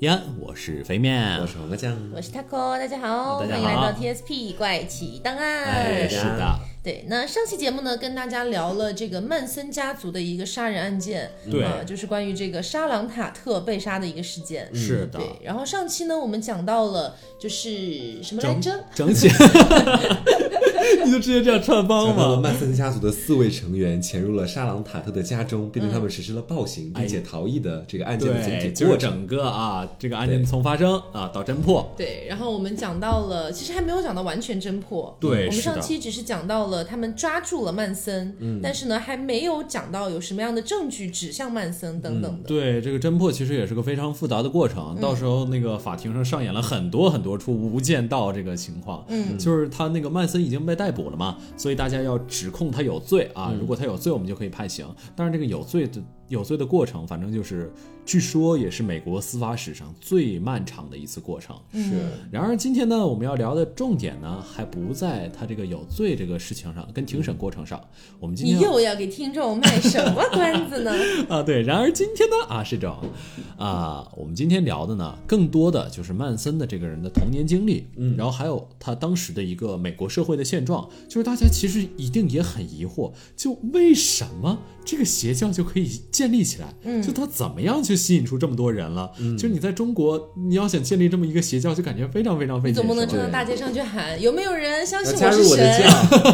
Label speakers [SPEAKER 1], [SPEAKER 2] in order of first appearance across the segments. [SPEAKER 1] 依安，我是肥面，
[SPEAKER 2] 我是黄瓜酱，
[SPEAKER 3] 我是 Taco，大家好，
[SPEAKER 1] 大家
[SPEAKER 3] 欢迎来
[SPEAKER 1] 好
[SPEAKER 3] 到 TSP 怪奇档案。
[SPEAKER 1] 哎，是的，
[SPEAKER 3] 对，那上期节目呢，跟大家聊了这个曼森家族的一个杀人案件，
[SPEAKER 1] 对
[SPEAKER 3] 啊就是关于这个沙朗塔特被杀的一个事件。
[SPEAKER 1] 是的，
[SPEAKER 3] 嗯对，然后上期呢，我们讲到了就是什么来
[SPEAKER 1] 整
[SPEAKER 3] 着？
[SPEAKER 1] 整体，你就直接这样串帮
[SPEAKER 2] 讲到了
[SPEAKER 1] 吧。
[SPEAKER 2] 曼森家族的四位成员潜入了沙朗塔特的家中，并对他们实施了暴行，并且逃逸的这个案件的
[SPEAKER 1] 嗯哎对，
[SPEAKER 2] 整体
[SPEAKER 1] 就是
[SPEAKER 2] 过程。
[SPEAKER 1] 整个啊，这个案件从发生啊到侦破，
[SPEAKER 3] 对，然后我们讲到了，其实还没有讲到完全侦破。
[SPEAKER 1] 对
[SPEAKER 3] 我们
[SPEAKER 1] 是的嗯
[SPEAKER 3] 上期只是讲到了他们抓住了曼森，但是呢，还没有讲到有什么样的证据指向曼森等等的。
[SPEAKER 1] 嗯
[SPEAKER 3] 嗯
[SPEAKER 1] 对这个侦破其实也是个非常复杂的过程，到时候那个法庭上上演了很多很多出无间道这个情况，
[SPEAKER 3] 嗯，
[SPEAKER 1] 就是他那个曼森已经被逮捕了嘛，所以大家要指控他有罪啊，如果他有罪，我们就可以判刑。但是这个有罪的有罪的过程，反正就是据说也是美国司法史上最漫长的一次过程。
[SPEAKER 3] 嗯
[SPEAKER 2] 是
[SPEAKER 1] 然而今天呢，我们要聊的重点呢，还不在他这个有罪这个事情上，跟庭审过程上。我们今
[SPEAKER 3] 你
[SPEAKER 1] 天要
[SPEAKER 3] 又要给听众卖什么关子呢？
[SPEAKER 1] 啊，对，然而今天呢啊是这种啊，我们今天聊的呢，更多的就是曼森的这个人的童年经历，嗯，然后还有他当时的一个美国社会的现状，就是大家其实一定也很疑惑，就为什么这个邪教就可以建立起来？嗯，就他怎么样去吸引出这么多人了？嗯，就是你在中国，你要想建立这么一个邪教，就感觉非常非常费
[SPEAKER 3] 你
[SPEAKER 1] 劲，
[SPEAKER 3] 总不能
[SPEAKER 1] 是吧
[SPEAKER 3] 冲到大街上去喊有没有人相
[SPEAKER 2] 要
[SPEAKER 3] 信
[SPEAKER 2] 加
[SPEAKER 3] 是啊
[SPEAKER 2] 入我的
[SPEAKER 3] 神？
[SPEAKER 2] 教，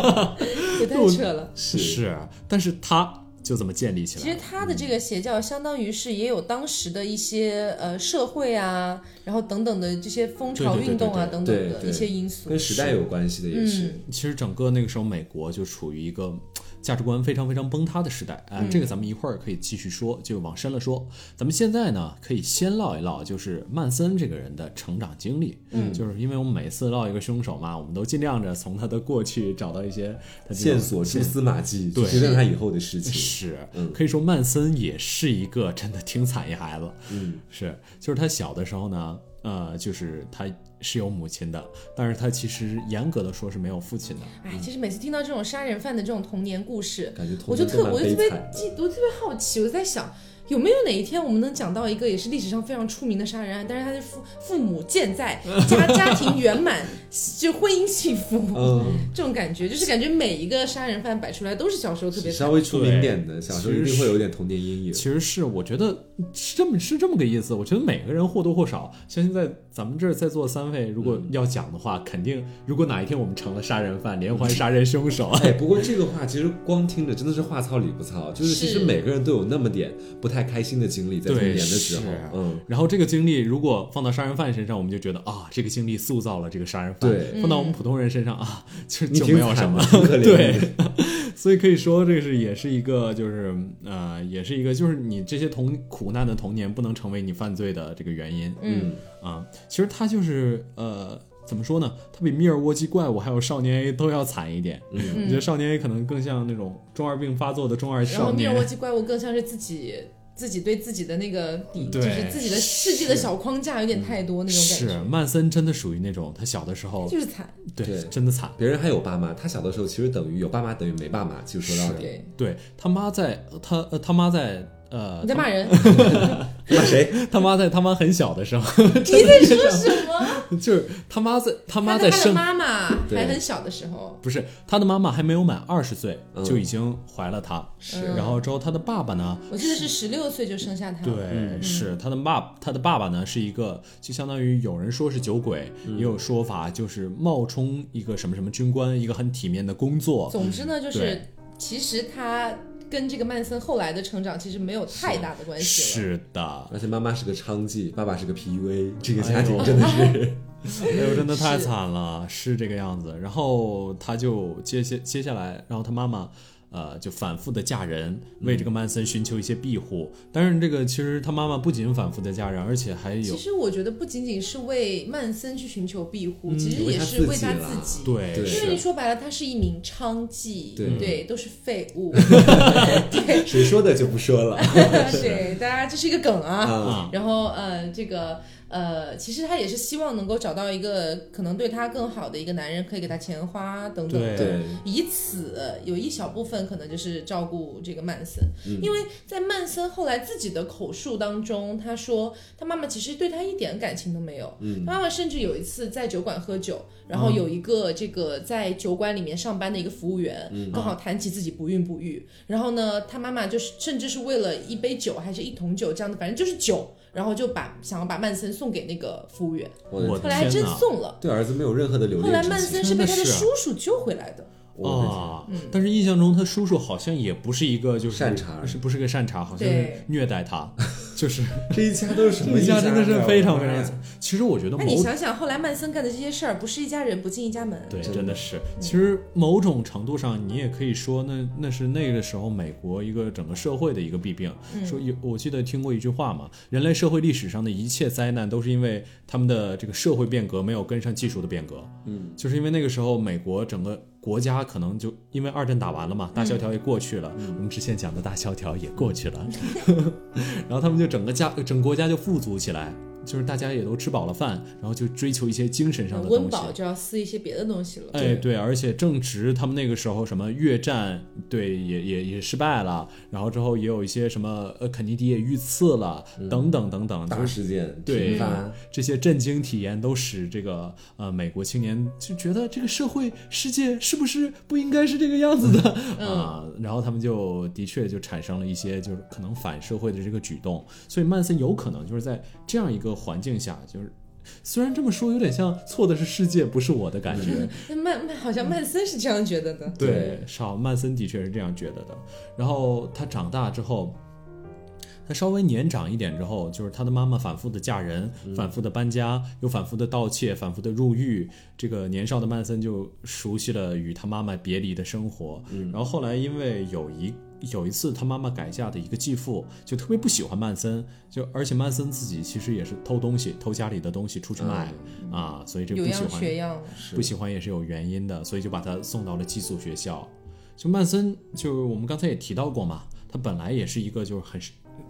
[SPEAKER 3] 也 太扯 了。
[SPEAKER 1] 是啊但是他就这么建立起
[SPEAKER 3] 其
[SPEAKER 1] 来
[SPEAKER 3] 实
[SPEAKER 1] 了。
[SPEAKER 3] 他的这个邪教，相当于是也有当时的一些呃社会啊，然后等等的这些风潮
[SPEAKER 1] 对对对
[SPEAKER 3] 运动啊
[SPEAKER 1] 对
[SPEAKER 3] 等
[SPEAKER 2] 对
[SPEAKER 3] 等的
[SPEAKER 2] 对
[SPEAKER 3] 一些因素
[SPEAKER 2] 跟。时代有关系的也是。
[SPEAKER 1] 其实整个那个时候，美国就处于一个嗯价值观非常非常崩塌的时代啊、
[SPEAKER 2] 嗯
[SPEAKER 1] 这个咱们一会儿可以继续说，就往深了说。咱们现在呢，可以先唠一唠，就是曼森这个人的成长经历。嗯，就是因为我们每次唠一个凶手嘛，我们都尽量着从他的过去找到一些他这种
[SPEAKER 2] 线索、蛛丝马迹，
[SPEAKER 1] 对
[SPEAKER 2] 决定他以后的事情。
[SPEAKER 1] 是，
[SPEAKER 2] 嗯
[SPEAKER 1] 可以说曼森也是一个真的挺惨一孩子。
[SPEAKER 2] 嗯，
[SPEAKER 1] 是，就是他小的时候呢，呃，就是他是有母亲的，但是他其实严格的说是没有父亲的。
[SPEAKER 3] 哎，其实每次听到这种杀人犯的这种童年故事，
[SPEAKER 2] 感觉嗯童
[SPEAKER 3] 我就
[SPEAKER 2] 年
[SPEAKER 3] 特
[SPEAKER 2] 都蛮
[SPEAKER 3] 我就
[SPEAKER 2] 悲
[SPEAKER 3] 特别
[SPEAKER 2] 惨
[SPEAKER 3] 记，我就特别好奇，我在想。有没有哪一天我们能讲到一个也是历史上非常出名的杀人案，但是他的父父母健在，家 家庭圆满，就婚姻幸福，
[SPEAKER 2] 嗯，
[SPEAKER 3] 这种感觉，就是感觉每一个杀人犯摆出来都是小时候特别惨
[SPEAKER 2] 稍微出名点的，小时候一定会有点童年阴影。
[SPEAKER 1] 其实是我觉得是这么是这么个意思。我觉得每个人或多或少，相信在咱们这儿在座三位，如果要讲的话，肯定如果哪一天我们成了杀人犯、连环杀人凶手，
[SPEAKER 2] 哎，不过这个话其实光听着真的是话糙理不糙，就是其实
[SPEAKER 3] 是
[SPEAKER 2] 每个人都有那么点不太开心的经历，在
[SPEAKER 1] 对
[SPEAKER 2] 童年的时候
[SPEAKER 1] 是，啊
[SPEAKER 2] 嗯，
[SPEAKER 1] 然后这个经历如果放到杀人犯身上，我们就觉得啊，这个经历塑造了这个杀人犯；
[SPEAKER 2] 对
[SPEAKER 1] 放到我们普通人身上啊，就
[SPEAKER 2] 你
[SPEAKER 1] 就
[SPEAKER 2] 挺
[SPEAKER 1] 没有什
[SPEAKER 2] 惨
[SPEAKER 1] 么
[SPEAKER 2] 的，。挺可怜的。
[SPEAKER 1] 对， 所以可以说这是也是一个就是呃，也是一个就是你这些童苦难的童年不能成为你犯罪的这个原因。
[SPEAKER 3] 嗯，
[SPEAKER 1] 啊，其实他就是呃，怎么说呢？他比密尔沃基怪物还有少年 A 都要惨一点。
[SPEAKER 2] 嗯
[SPEAKER 1] 我觉得少年 A 可能更像那种中二病发作的中二
[SPEAKER 3] 然
[SPEAKER 1] 少
[SPEAKER 3] 后密尔沃
[SPEAKER 1] 年。
[SPEAKER 3] 基怪物更像是自己自己对自己的那个底，就
[SPEAKER 1] 对
[SPEAKER 3] 是自己的世界的小框架有点太多那种感
[SPEAKER 1] 是
[SPEAKER 3] 觉，
[SPEAKER 1] 曼森真的属于那种他小的时候
[SPEAKER 3] 就是惨。
[SPEAKER 1] 对
[SPEAKER 2] 对
[SPEAKER 1] 真的惨。
[SPEAKER 2] 别人还有爸妈，他小的时候其实等于有爸妈等于没爸妈，就说到底，
[SPEAKER 3] 对，
[SPEAKER 1] 对他妈在他呃他妈在呃
[SPEAKER 3] 你在 骂人，
[SPEAKER 2] 骂谁？
[SPEAKER 1] 他妈在他妈很小的时候，
[SPEAKER 3] 你在说什么？
[SPEAKER 1] 就是他妈在他妈在
[SPEAKER 3] 他的他的
[SPEAKER 1] 生
[SPEAKER 3] 妈妈
[SPEAKER 2] 对
[SPEAKER 3] 还很小的时候，
[SPEAKER 1] 不是他的妈妈还没有满二十岁
[SPEAKER 2] 嗯
[SPEAKER 1] 就已经怀了他，
[SPEAKER 2] 是
[SPEAKER 3] 嗯
[SPEAKER 1] 然后之后他的爸爸呢
[SPEAKER 3] 我记得是十六岁就生下他。
[SPEAKER 1] 对，，
[SPEAKER 2] 嗯
[SPEAKER 1] 是他的爸，他的爸爸呢是一个，就相当于有人说是酒鬼，
[SPEAKER 2] 嗯
[SPEAKER 1] 也有说法就是冒充一个什么什么军官，一个很体面的工作。
[SPEAKER 3] 总之呢，就
[SPEAKER 1] 对
[SPEAKER 3] 是其实他跟这个曼森后来的成长其实没有太大的关系了。
[SPEAKER 1] 是的，
[SPEAKER 2] 而且妈妈是个娼妓，爸爸是个 PUA，这个
[SPEAKER 1] 哎
[SPEAKER 2] 家庭
[SPEAKER 1] 呦
[SPEAKER 2] 真的是，
[SPEAKER 1] 哎呦，真的太惨了，是这个样子。然后他就接接接下来，然后他妈妈。呃，就反复的嫁人，为这
[SPEAKER 3] 嗯
[SPEAKER 1] 个曼森寻求一些庇护。但是这个其实他妈妈不仅反复的嫁人，而且还有
[SPEAKER 3] 其实我觉得不仅仅是为曼森去寻求庇护，
[SPEAKER 1] 嗯
[SPEAKER 3] 其实也是
[SPEAKER 2] 为
[SPEAKER 3] 为
[SPEAKER 2] 他
[SPEAKER 3] 他
[SPEAKER 2] 自己啦
[SPEAKER 3] 自己。
[SPEAKER 1] 对
[SPEAKER 2] 对
[SPEAKER 3] 因
[SPEAKER 1] 是
[SPEAKER 3] 为你说白了，他是一名娼妓，
[SPEAKER 2] 对
[SPEAKER 3] 都是废 物，对
[SPEAKER 2] 谁说的就不说 了
[SPEAKER 3] 对，大家这是一个梗啊。
[SPEAKER 2] 啊。
[SPEAKER 3] 然后呃，这个呃，其实他也是希望能够找到一个可能对他更好的一个男人，可以给他钱花等等的，
[SPEAKER 1] 对
[SPEAKER 2] 对，
[SPEAKER 3] 以此有一小部分可能就是照顾这个曼森，因为在曼森后来自己的口述当中，他说他妈妈其实对他一点感情都没有，他妈妈甚至有一次在酒馆喝酒，然后有一个这个在酒馆里面上班的一个服务员，刚好谈起自己不孕不育，然后呢，他妈妈就是甚至是为了一杯酒还是一桶酒这样的，反正就是酒。然后就把想要把曼森送给那个服务员，
[SPEAKER 2] 我的
[SPEAKER 1] 我
[SPEAKER 3] 后来还
[SPEAKER 1] 天
[SPEAKER 3] 真
[SPEAKER 1] 哪
[SPEAKER 3] 送了。
[SPEAKER 2] 对儿子没有任何的留
[SPEAKER 3] 后
[SPEAKER 2] 恋
[SPEAKER 3] 来
[SPEAKER 2] 之
[SPEAKER 3] 曼
[SPEAKER 2] 情。
[SPEAKER 3] 森是被他的
[SPEAKER 1] 真的是
[SPEAKER 3] 叔叔救回来的。
[SPEAKER 2] 我的天
[SPEAKER 1] 啊，
[SPEAKER 3] 嗯
[SPEAKER 1] 但是印象中他叔叔好像也不是一个就是
[SPEAKER 2] 善茬儿
[SPEAKER 1] 是不是个善茬，好像
[SPEAKER 3] 对
[SPEAKER 1] 是虐待他，就是
[SPEAKER 2] 这一家都是什么
[SPEAKER 1] 这家真的是非常非常
[SPEAKER 2] 呀我的妈呀。
[SPEAKER 1] 其实我觉得
[SPEAKER 3] 那
[SPEAKER 1] 某
[SPEAKER 3] 你想想，后来曼森干的这些事儿，不是一家人不进一家门。
[SPEAKER 1] 对，
[SPEAKER 2] 真
[SPEAKER 1] 真的是，其实某种程度上，你也可以说那，那是那个时候美国一个整个社会的一个弊病。说有，我记得听过一句话嘛，人类社会历史上的一切灾难都是因为他们的这个社会变革没有跟上技术的变革。
[SPEAKER 2] 嗯，
[SPEAKER 1] 就是因为那个时候美国整个国家可能就因为二战打完了嘛，大萧条也过去了，我们之前讲的大萧条也过去了， 然后他们就整个家整国家就富足起来。就是大家也都吃饱了饭，然后就追求一些精神上的东西。
[SPEAKER 3] 温饱就要撕一些别的东西了。
[SPEAKER 1] 哎，对，而且正值他们那个时候，什么越战，对，也也也失败了，然后之后也有一些什么，呃，肯尼迪也遇刺了，等等等等，
[SPEAKER 2] 大
[SPEAKER 1] 就是
[SPEAKER 2] 事件
[SPEAKER 1] 对
[SPEAKER 2] 频发，
[SPEAKER 1] 这些震惊体验都使这个呃美国青年就觉得这个社会世界是不是不应该是这个样子的 啊、然后他们就的确就产生了一些就是可能反社会的这个举动，所以曼森有可能就是在这样一个环境下，就是虽然这么说有点像错的是世界不是我的感觉，
[SPEAKER 3] 那曼曼好像曼森是这样觉得的。
[SPEAKER 1] 嗯对，少曼森的确是这样觉得的。然后他长大之后，他稍微年长一点之后，就是他的妈妈反复的嫁人，反复的搬家，又反复的盗窃，反复的入狱。这个年少的曼森就熟悉了与他妈妈别离的生活。然后后来因为有一。有一次，他妈妈改嫁的一个继父就特别不喜欢曼森，就而且曼森自己其实也是偷东西，偷家里的东西出去卖、啊，所以这个
[SPEAKER 3] 有
[SPEAKER 1] 不喜
[SPEAKER 3] 样
[SPEAKER 1] 欢
[SPEAKER 3] 学样，
[SPEAKER 1] 不喜欢也是有原因的，所以就把他送到了寄宿学校。就曼森，就是我们刚才也提到过嘛，他本来也是一个就是很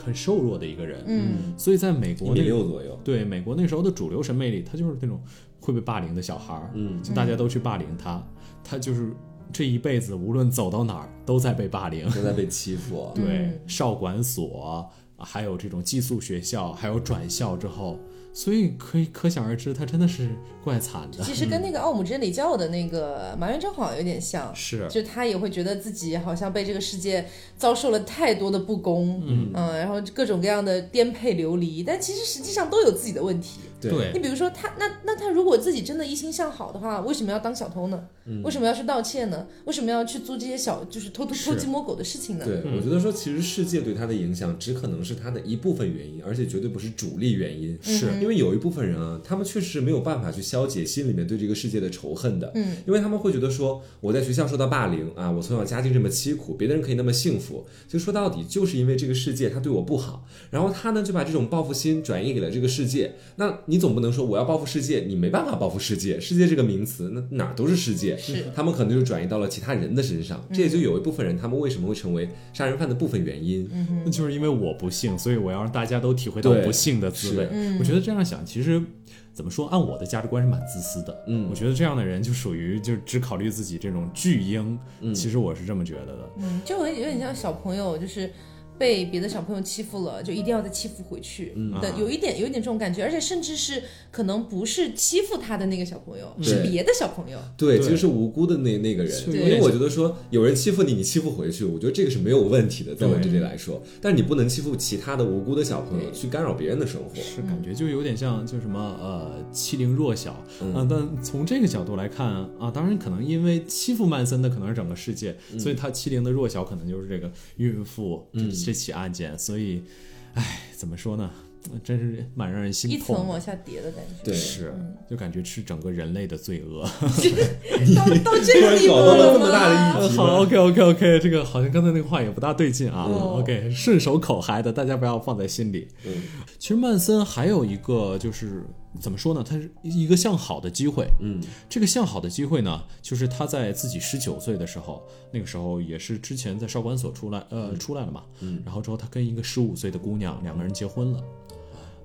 [SPEAKER 1] 很瘦弱的一个人，
[SPEAKER 3] 嗯，
[SPEAKER 1] 所以在美
[SPEAKER 2] 一
[SPEAKER 1] 国
[SPEAKER 2] 米
[SPEAKER 1] 那个
[SPEAKER 2] 六左右。
[SPEAKER 1] 对美国那时候的主流审美里，他就是那种会被霸凌的小孩儿，
[SPEAKER 2] 嗯，
[SPEAKER 1] 就大家都去霸凌他，他就是这一辈子无论走到哪儿都在被霸凌，
[SPEAKER 2] 都在被欺负。
[SPEAKER 1] 对，少管所，还有这种寄宿学校，还有转校之后，所以可以可想而知，他真的是怪惨 的，
[SPEAKER 3] 其实跟那个奥姆真理教的那个麻原彰晃有点像。
[SPEAKER 1] 是
[SPEAKER 3] 就他也会觉得自己好像被这个世界遭受了太多的不公，嗯、然后各种各样的颠沛流离，但其实实际上都有自己的问题。
[SPEAKER 1] 对
[SPEAKER 3] 你比如说他，那那他如果自己真的一心向好的话，为什么要当小偷呢？为什么要去盗窃呢？为什么要去做这些小就是偷偷偷鸡摸狗的事情呢？
[SPEAKER 2] 对，我觉得说，其实世界对他的影响只可能是他的一部分原因，而且绝对不是主力原
[SPEAKER 3] 嗯
[SPEAKER 2] 因。
[SPEAKER 1] 是
[SPEAKER 2] 因为有一部分人啊，他们确实是没有办法去消解心里面对这个世界的仇恨的。
[SPEAKER 3] 嗯，
[SPEAKER 2] 因为他们会觉得说，我在学校受到霸凌啊，我从小家境这么凄苦，别的人可以那么幸福，就说到底就是因为这个世界他对我不好，然后他呢就把这种报复心转移给了这个世界。那你总不能说我要报复世界，你没办法报复世界，世界这个名词那哪儿都是世界，
[SPEAKER 3] 是
[SPEAKER 2] 他们可能就转移到了其他人的身上，这也就有一部分人他们为什么会成为杀人犯的部分原因。
[SPEAKER 1] 那就是因为我不幸，所以我要让大家都体会到
[SPEAKER 2] 对
[SPEAKER 1] 不幸的滋味
[SPEAKER 2] 是。
[SPEAKER 1] 我觉得这样想，其实怎么说，按我的价值观是蛮自私的。
[SPEAKER 2] 嗯
[SPEAKER 1] 我觉得这样的人就属于就只考虑自己这种巨婴。
[SPEAKER 2] 嗯
[SPEAKER 1] 其实我是这么觉得的。
[SPEAKER 3] 嗯，就有有点像小朋友，就是被别的小朋友欺负了，就一定要再欺负回去的，有一点有一点这种感觉，而且甚至是可能不是欺负他的那个小朋友，是
[SPEAKER 2] 对
[SPEAKER 3] 别的小朋友。
[SPEAKER 2] 对，
[SPEAKER 1] 对
[SPEAKER 2] 其实是无辜的那那个人，
[SPEAKER 1] 是
[SPEAKER 2] 因
[SPEAKER 3] 对
[SPEAKER 2] 为我觉得说有人欺负你，你欺负回去，我觉得这个是没有问题的，在我
[SPEAKER 1] 对
[SPEAKER 2] 这里来说，但是你不能欺负其他的无辜的小朋友，
[SPEAKER 3] 对
[SPEAKER 2] 去干扰别人的生活。
[SPEAKER 1] 是
[SPEAKER 3] 嗯
[SPEAKER 1] 感觉就有点像，就什么呃欺凌弱小啊、
[SPEAKER 2] 嗯
[SPEAKER 1] 但从这个角度来看啊，当然可能因为欺负曼森的可能是整个世界，
[SPEAKER 2] 嗯
[SPEAKER 1] 所以他欺凌的弱小可能就是这个孕妇这、
[SPEAKER 2] 嗯
[SPEAKER 1] 这起案件。所以，唉，怎么说呢？真是蛮让人心
[SPEAKER 3] 一
[SPEAKER 1] 痛的。
[SPEAKER 3] 层往下叠的感觉，
[SPEAKER 2] 对
[SPEAKER 1] 是，就感觉是整个人类的罪 恶。
[SPEAKER 3] 到到这
[SPEAKER 2] 突
[SPEAKER 3] 个
[SPEAKER 2] 然
[SPEAKER 3] 地步
[SPEAKER 2] 搞到了
[SPEAKER 3] 了
[SPEAKER 2] 这么大的
[SPEAKER 3] 吗？
[SPEAKER 2] 议题
[SPEAKER 1] 好
[SPEAKER 2] 吗，
[SPEAKER 1] ，OK OK OK，这个好像刚才那个话也不大对劲啊。
[SPEAKER 3] 嗯
[SPEAKER 1] OK，顺手口嗨的，大家不要放在心里。
[SPEAKER 2] 嗯
[SPEAKER 1] 其实曼森还有一个就是怎么说呢，他是一个向好的机会。
[SPEAKER 2] 嗯，
[SPEAKER 1] 这个向好的机会呢，就是他在自己十九岁的时候，那个时候也是之前在少管所出来，呃，出来了嘛。
[SPEAKER 2] 嗯
[SPEAKER 1] 然后之后他跟一个十五岁的姑娘两个人结婚了。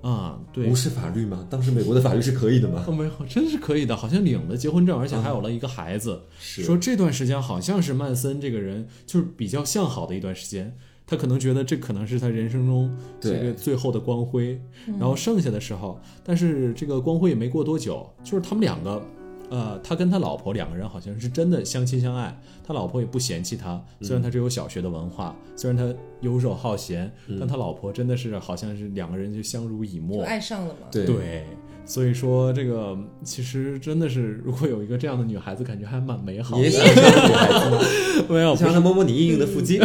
[SPEAKER 1] 啊，对
[SPEAKER 2] 无，视法律吗？当时美国的法律是可以的吗？
[SPEAKER 1] 哦，没有，真是可以的，好像领了结婚证，而且还有了一个孩子。
[SPEAKER 2] 是
[SPEAKER 1] 说这段时间好像是曼森这个人就是比较向好的一段时间，他可能觉得这可能是他人生中这
[SPEAKER 2] 对
[SPEAKER 1] 个最后的光辉，
[SPEAKER 3] 嗯
[SPEAKER 1] 然后剩下的时候，但是这个光辉也没过多久，就是他们两个。呃，他跟他老婆两个人好像是真的相亲相爱，他老婆也不嫌弃他，虽
[SPEAKER 2] 嗯
[SPEAKER 1] 然他只有小学的文化，虽然他游手好闲，
[SPEAKER 2] 嗯
[SPEAKER 1] 但他老婆真的是好像是两个人就相濡以沫
[SPEAKER 3] 就，爱上了嘛。
[SPEAKER 2] 对
[SPEAKER 1] 对，所以说这个其实真的是，如果有一个这样的女孩子，感觉还蛮美好
[SPEAKER 2] 你也
[SPEAKER 1] 的。
[SPEAKER 2] 想这样的女孩子吗？
[SPEAKER 1] 没有
[SPEAKER 2] 你想让她摸摸你硬硬的腹肌？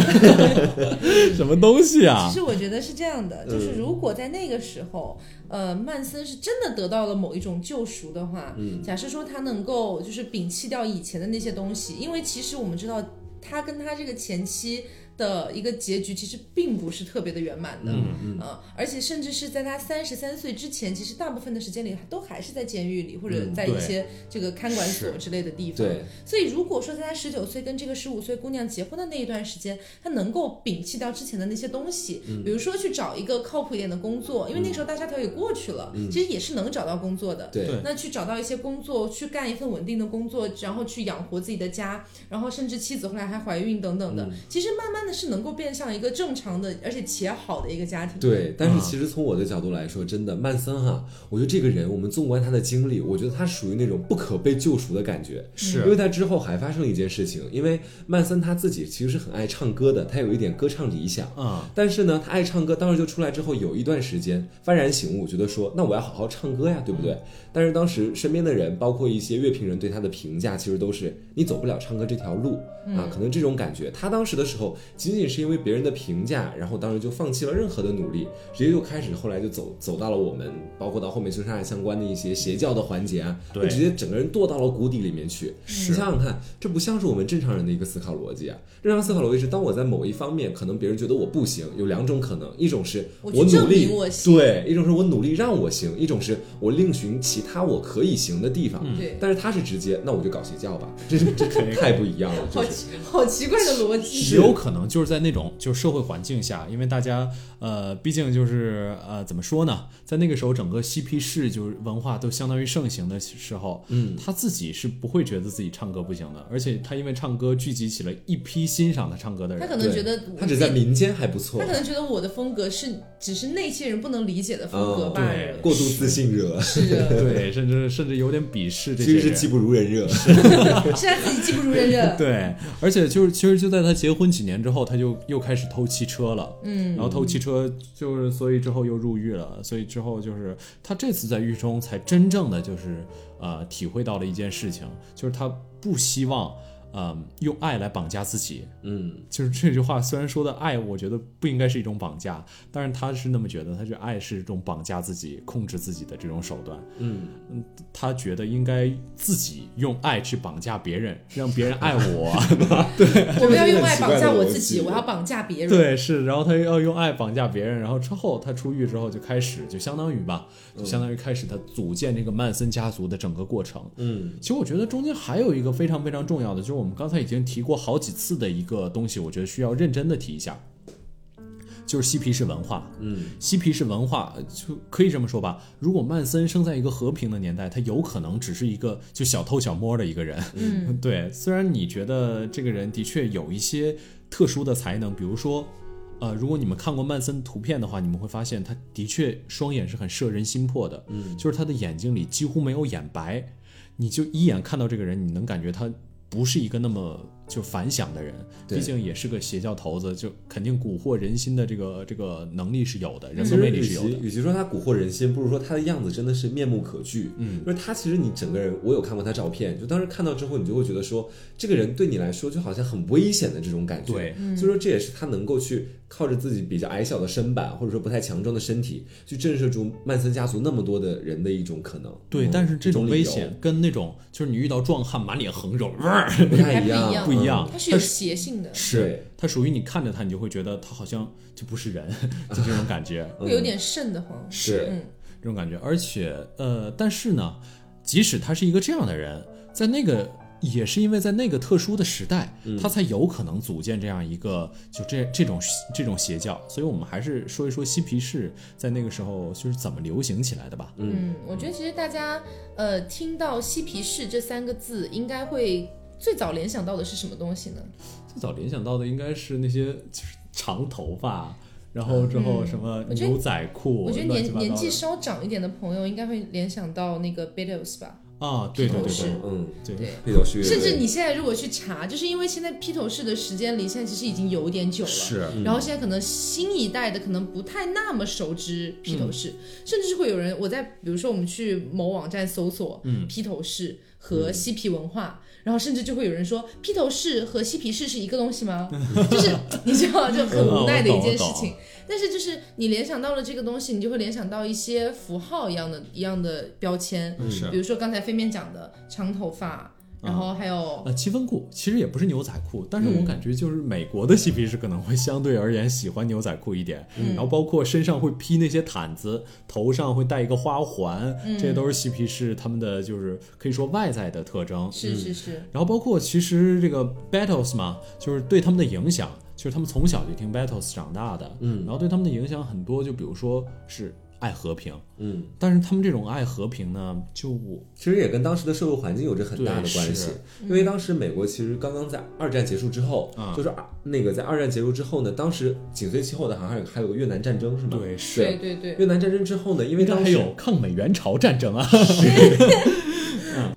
[SPEAKER 1] 什么东西啊
[SPEAKER 3] 其，实我觉得是这样的，就是如果在那个时候，呃，曼森是真的得到了某一种救赎的话，假设说他能够就是摒弃掉以前的那些东西，因为其实我们知道他跟他这个前妻。的一个结局其实并不是特别的圆满的，嗯、呃，而且甚至是在他三十三岁之前，其实大部分的时间里都还是在监狱里或者
[SPEAKER 2] 嗯
[SPEAKER 3] 在
[SPEAKER 1] 对
[SPEAKER 3] 一些这个看管所之类的地方。
[SPEAKER 2] 对，
[SPEAKER 3] 所以，如果说在他十九岁跟这个十五岁姑娘结婚的那一段时间，他能够摒弃掉之前的那些东西，
[SPEAKER 2] 嗯
[SPEAKER 3] 比如说去找一个靠谱一点的工作，因为那时候大萧条也过去了，其实也是能找到工作的。
[SPEAKER 2] 嗯对
[SPEAKER 1] 对
[SPEAKER 3] 那去找到一些工作，去干一份稳定的工作，然后去养活自己的家，然后甚至妻子后来还怀孕等等的，
[SPEAKER 2] 嗯
[SPEAKER 3] 其实慢慢的是能够变向一个正常的，而且且好的一个家庭。
[SPEAKER 2] 对，但是
[SPEAKER 1] 啊
[SPEAKER 2] 其实从我的角度来说，真的曼森哈，我觉得这个人，我们纵观他的经历，我觉得他属于那种不可被救赎的感觉。
[SPEAKER 1] 是
[SPEAKER 2] 因为在之后还发生了一件事情，因为曼森他自己其实是很爱唱歌的，他有一点歌唱理想。
[SPEAKER 1] 啊，
[SPEAKER 2] 但是呢，他爱唱歌，当时就出来之后有一段时间幡然醒悟，觉得说，那我要好好唱歌呀，对不对？但是当时身边的人，包括一些乐评人对他的评价，其实都是你走不了唱歌这条路啊，可能这种感觉。他当时的时候，仅仅是因为别人的评价，然后当时就放弃了任何的努力，直接就开始后来就走走到了我们，包括到后面凶杀案相关的一些邪教的环节啊，
[SPEAKER 1] 对
[SPEAKER 2] 就直接整个人堕到了谷底里面去。
[SPEAKER 1] 是
[SPEAKER 2] 你想想看，这不像是我们正常人的一个思考逻辑啊。正常思考逻辑是，当我在某一方面，可能别人觉得我不行，有两种可能，一种是
[SPEAKER 3] 我去
[SPEAKER 2] 努
[SPEAKER 3] 证
[SPEAKER 2] 力
[SPEAKER 3] 明我行
[SPEAKER 2] 对，一种是我努力让我行，一种是我另寻其他我可以行的地方。
[SPEAKER 3] 对
[SPEAKER 2] 但是他是直接，那我就搞邪教吧，这这 这太不一样了，就
[SPEAKER 3] 好
[SPEAKER 2] 是
[SPEAKER 3] 奇好奇怪的逻辑。
[SPEAKER 1] 也有可能就是在那种就是社会环境下，因为大家呃，毕竟就是呃，怎么说呢，在那个时候整个嬉皮士就是文化都相当于盛行的时候，嗯，他自己是不会觉得自己唱歌不行的，而且他因为唱歌聚集起了一批欣赏他唱歌的
[SPEAKER 3] 他可
[SPEAKER 1] 人，
[SPEAKER 3] 能觉得
[SPEAKER 2] 对
[SPEAKER 3] 我
[SPEAKER 2] 他只
[SPEAKER 3] 自
[SPEAKER 2] 在
[SPEAKER 3] 己
[SPEAKER 2] 民间还不错
[SPEAKER 3] 他可，能觉得我的风格是只是那些人不能理解的风格
[SPEAKER 2] 哦
[SPEAKER 3] 罢
[SPEAKER 1] 嗯对
[SPEAKER 3] 了。
[SPEAKER 2] 过度自信热，
[SPEAKER 3] 是 的，
[SPEAKER 1] 对，甚至甚至有点鄙视这些
[SPEAKER 2] 其实是
[SPEAKER 1] 人。
[SPEAKER 2] 技不如人热。
[SPEAKER 3] 是他自己技不如人人。
[SPEAKER 1] 对，而且就是其实就在他结婚几年之后，他就又开始偷汽车了。
[SPEAKER 3] 嗯，
[SPEAKER 1] 然后偷汽车就是，所以之后又入狱了，所以之后就是呃他这次在狱中才真正的就是呃体会到了一件事情，就是他不希望呃用爱来绑架自己。
[SPEAKER 2] 嗯，
[SPEAKER 1] 就是这句话虽然说的爱，我觉得不应该是一种绑架，但是他是那么觉得，他觉得爱是一种绑架自己、控制自己的这种手段。
[SPEAKER 2] 嗯，
[SPEAKER 1] 他觉得应该自己用爱去绑架别人，让别人爱我。
[SPEAKER 3] 我不要用爱绑架我
[SPEAKER 2] 这是很
[SPEAKER 3] 自
[SPEAKER 2] 奇怪的逻辑
[SPEAKER 3] 己，我要绑架别人。，
[SPEAKER 1] 对，是，然后他要用爱绑架别人，然后之后他出狱之后就开始，就相当于吧，就
[SPEAKER 2] 嗯
[SPEAKER 1] 相当于开始他组建这个曼森家族的整个过程。
[SPEAKER 2] 嗯，
[SPEAKER 1] 其实我觉得中间还有一个非常非常重要的，就是我们刚才已经提过好几次的一个东西，我觉得需要认真的提一下，就是嬉皮士文化。
[SPEAKER 2] 嗯，
[SPEAKER 1] 嬉皮士文化呃就可以这么说吧，如果曼森生在一个和平的年代，他有可能只是一个就小偷小摸的一个人。
[SPEAKER 3] 嗯，
[SPEAKER 1] 对，虽然你觉得这个人的确有一些特殊的才能，比如说，呃，如果你们看过曼森图片的话，你们会发现他的确双眼是很摄人心魄的，嗯，就是他的眼睛里几乎没有眼白，你就一眼看到这个人，你能感觉他不是一个那么就反响的人，
[SPEAKER 2] 对
[SPEAKER 1] 毕竟也是个邪教头子，就肯定蛊惑人心的这个这个能力是有的，人
[SPEAKER 2] 其
[SPEAKER 1] 格
[SPEAKER 2] 实
[SPEAKER 1] 魅
[SPEAKER 2] 与
[SPEAKER 1] 力是有
[SPEAKER 2] 其
[SPEAKER 1] 的，
[SPEAKER 2] 与其说他蛊惑人心，不如说他的样子真的是面目可惧。嗯，就是他其实你整个人，我有看过他照片，就当时看到之后，你就会觉得说，这个人对你来说就好像很危险的这种感觉。
[SPEAKER 1] 对，
[SPEAKER 3] 嗯
[SPEAKER 2] 所以说这也是他能够去靠着自己比较矮小的身板，或者说不太强壮的身体，去震慑住曼森家族那么多的人的一种可能。
[SPEAKER 1] 对，
[SPEAKER 2] 嗯
[SPEAKER 1] 但是这种
[SPEAKER 2] 理由
[SPEAKER 1] 危险跟那种就是你遇到壮汉满脸横 肉，
[SPEAKER 2] 不太一
[SPEAKER 3] 还
[SPEAKER 2] 样，啊
[SPEAKER 1] 不一样
[SPEAKER 3] 它是有邪性的，
[SPEAKER 1] 是
[SPEAKER 2] 对
[SPEAKER 1] 它属于你看着它，你就会觉得它好像就不是人，就这种感 觉，
[SPEAKER 3] 会有点瘆得慌。
[SPEAKER 2] 是
[SPEAKER 3] 嗯，
[SPEAKER 1] 这种感觉。而且呃，但是呢，即使他是一个这样的人，在那个也是因为在那个特殊的时代，他才有可能组建这样一个就这这种这种邪教。所以我们还是说一说嬉皮士在那个时候就是怎么流行起来的吧。
[SPEAKER 3] 嗯，我觉得其实大家呃听到嬉皮士这三个字，应该会最早联想到的是什么东西呢？
[SPEAKER 1] 最早联想到的应该是那些就是长头发，然后之后什么
[SPEAKER 3] 嗯我觉得
[SPEAKER 1] 牛仔裤，
[SPEAKER 3] 我觉得
[SPEAKER 1] 乱七八
[SPEAKER 3] 年
[SPEAKER 1] 糟的
[SPEAKER 3] 年纪稍长一点的朋友，应该会联想到那个 Beatles 吧？
[SPEAKER 1] 啊，对对
[SPEAKER 3] 头饰
[SPEAKER 1] 对
[SPEAKER 2] 嗯，
[SPEAKER 1] 对对
[SPEAKER 3] 对。
[SPEAKER 2] 披头士乐队，
[SPEAKER 3] 甚至你现在如果去查，就是因为现在披头士的时间离现在其实已经有点久了，
[SPEAKER 1] 是
[SPEAKER 3] 然后现在可能新一代的可能不太那么熟知披头士，甚至是会有人，我在比如说我们去某网站搜索，嗯，披头士和嬉皮文化，然后甚至就会有人说披头士和嬉皮士是一个东西 吗？就是你知道，就很无奈的一件事情。但是就是你联想到了这个东西，你就会联想到一些符号一样的一样的标签，
[SPEAKER 2] 嗯
[SPEAKER 1] 是
[SPEAKER 3] 比如说刚才飞面讲的长头发，
[SPEAKER 1] 嗯
[SPEAKER 3] 然后还有
[SPEAKER 1] 呃，七分裤其实也不是牛仔裤，但
[SPEAKER 3] 嗯
[SPEAKER 1] 是我感觉就是美国的嬉皮士可能会相对而言喜欢牛仔裤一点，
[SPEAKER 3] 嗯
[SPEAKER 1] 然后包括身上会披那些毯子，头上会戴一个花环，
[SPEAKER 3] 嗯
[SPEAKER 1] 这些都是嬉皮士他们的就是可以说外在的特征。
[SPEAKER 3] 是是是，
[SPEAKER 1] 然后包括其实这个 Battles 嘛，就是对他们的影响，就是他们从小就听 Battles 长大的，嗯，然后对他们的影响很多，就比如说是爱和平，
[SPEAKER 2] 嗯，
[SPEAKER 1] 但是他们这种爱和平呢，就我
[SPEAKER 2] 其实也跟当时的社会环境有着很大的
[SPEAKER 1] 对
[SPEAKER 2] 关
[SPEAKER 1] 是
[SPEAKER 2] 系，因为当时美国其实刚刚在二战结束之后，
[SPEAKER 1] 嗯
[SPEAKER 2] 就是二那个在二战结束之后呢，当时紧随其后的好像还有还有个越南战争是吗？
[SPEAKER 1] 对是
[SPEAKER 3] 对对对。
[SPEAKER 2] 越南战争之后呢，因为
[SPEAKER 1] 应该
[SPEAKER 2] 当
[SPEAKER 1] 还
[SPEAKER 2] 时
[SPEAKER 1] 有抗美援朝战争啊，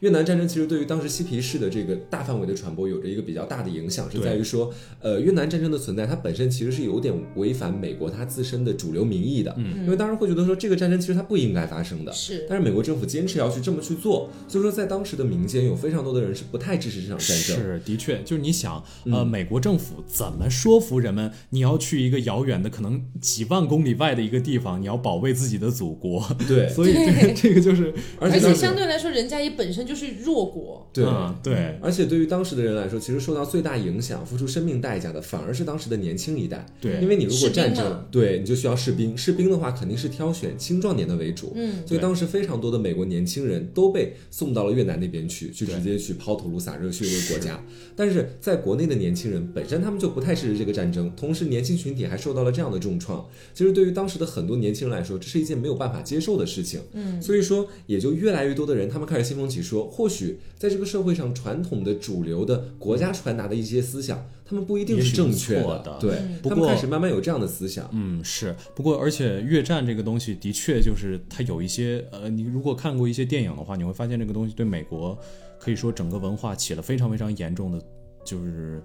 [SPEAKER 2] 越南战争其实对于当时嬉皮士的这个大范围的传播有着一个比较大的影响，是
[SPEAKER 1] 对
[SPEAKER 2] 在于说，呃，越南战争的存在，它本身其实是有点违反美国它自身的主流民意的，
[SPEAKER 1] 嗯
[SPEAKER 2] 因为当时会觉得说这个战争其实它不应该发生
[SPEAKER 1] 啊
[SPEAKER 2] 的，
[SPEAKER 3] 是
[SPEAKER 2] 但是美国政府坚持要去这么去做，所以说在当时的民间有非常多的人是不太支持这场嗯战争，
[SPEAKER 1] 是，的确，就是你想，呃，美国政府怎么说服人们，你要去一个遥远的，可能几万公里外的一个地方，你要保卫自己的祖国，
[SPEAKER 2] 对，
[SPEAKER 1] 所以这个这个就是，
[SPEAKER 2] 而且
[SPEAKER 3] 而且
[SPEAKER 2] 当时
[SPEAKER 3] 相对来说，人家也本身就是弱国，
[SPEAKER 2] 对。
[SPEAKER 1] 嗯对，
[SPEAKER 2] 而且对于当时的人来说，其实受到最大影响、付出生命代价的，反而是当时的年轻一代。
[SPEAKER 1] 对
[SPEAKER 2] 因为你如果
[SPEAKER 3] 士兵
[SPEAKER 2] 战
[SPEAKER 3] 嘛
[SPEAKER 2] 争，对，你就需要士兵。士兵的话，肯定是挑选青壮年的为主。
[SPEAKER 3] 嗯，
[SPEAKER 2] 所
[SPEAKER 1] 对
[SPEAKER 2] 以当时非常多的美国年轻人都被送到了越南那边去，去
[SPEAKER 1] 对
[SPEAKER 2] 直接去抛头颅洒热血为国家。但是在国内的年轻人本身他们就不太支持这个战争，同时年轻群体还受到了这样的重创。其实对于当时的很多年轻人来说，这是一件没有办法接受的事情。嗯，所以说也就越来越多的人他们开始信奉起说，或许在这个社会上传统的主流的国家传达的一些思想，他们不一定
[SPEAKER 1] 也许
[SPEAKER 2] 是
[SPEAKER 1] 是
[SPEAKER 2] 正确
[SPEAKER 1] 错的
[SPEAKER 2] 对，
[SPEAKER 1] 不
[SPEAKER 2] 他们开
[SPEAKER 1] 过
[SPEAKER 2] 始慢慢有这样的思想。
[SPEAKER 1] 嗯，是。不过，而且越战这个东西的确就是它有一些，呃，你如果看过一些电影的话，你会发现这个东西对美国可以说整个文化起了非常非常严重的就是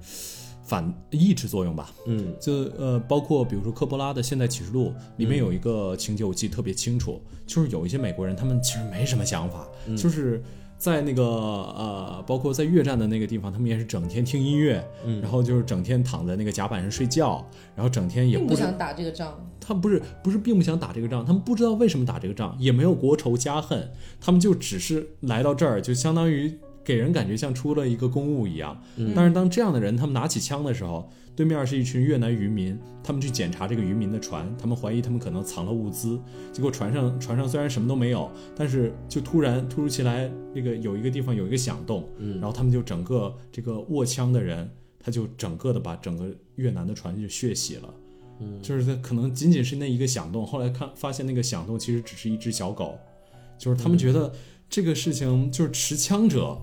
[SPEAKER 1] 反抑制作用吧。
[SPEAKER 2] 嗯，
[SPEAKER 1] 就呃，包括比如说科波拉的《现代启示录》里
[SPEAKER 3] 嗯
[SPEAKER 1] 面有一个情节，我记得特别清楚，就是有一些美国人，他们其实没什么想法，
[SPEAKER 3] 嗯
[SPEAKER 1] 就是在那个呃，包括在越战的那个地方，他们也是整天听音乐，
[SPEAKER 3] 嗯
[SPEAKER 1] 然后就是整天躺在那个甲板上睡觉，然后整天也
[SPEAKER 3] 并不
[SPEAKER 1] 不知
[SPEAKER 3] 想打这个仗。
[SPEAKER 1] 他们不是不是并不想打这个仗，他们不知道为什么打这个仗，也没有国仇家恨，他们就只是来到这儿，就相当于给人感觉像出了一个公务一样。但是当这样的人他们拿起枪的时候，对面是一群越南渔民，他们去检查这个渔民的船，他们怀疑他们可能藏了物资，结果船上船上虽然什么都没有，但是就突然突如其来那个有一个地方有一个响动，然后他们就整个这个握枪的人。他就整个的把整个越南的船就血洗了，就是它可能仅仅是那一个响动，后来看发现那个响动其实只是一只小狗，就是他们觉
[SPEAKER 2] 嗯
[SPEAKER 1] 得这个事情就是持枪者，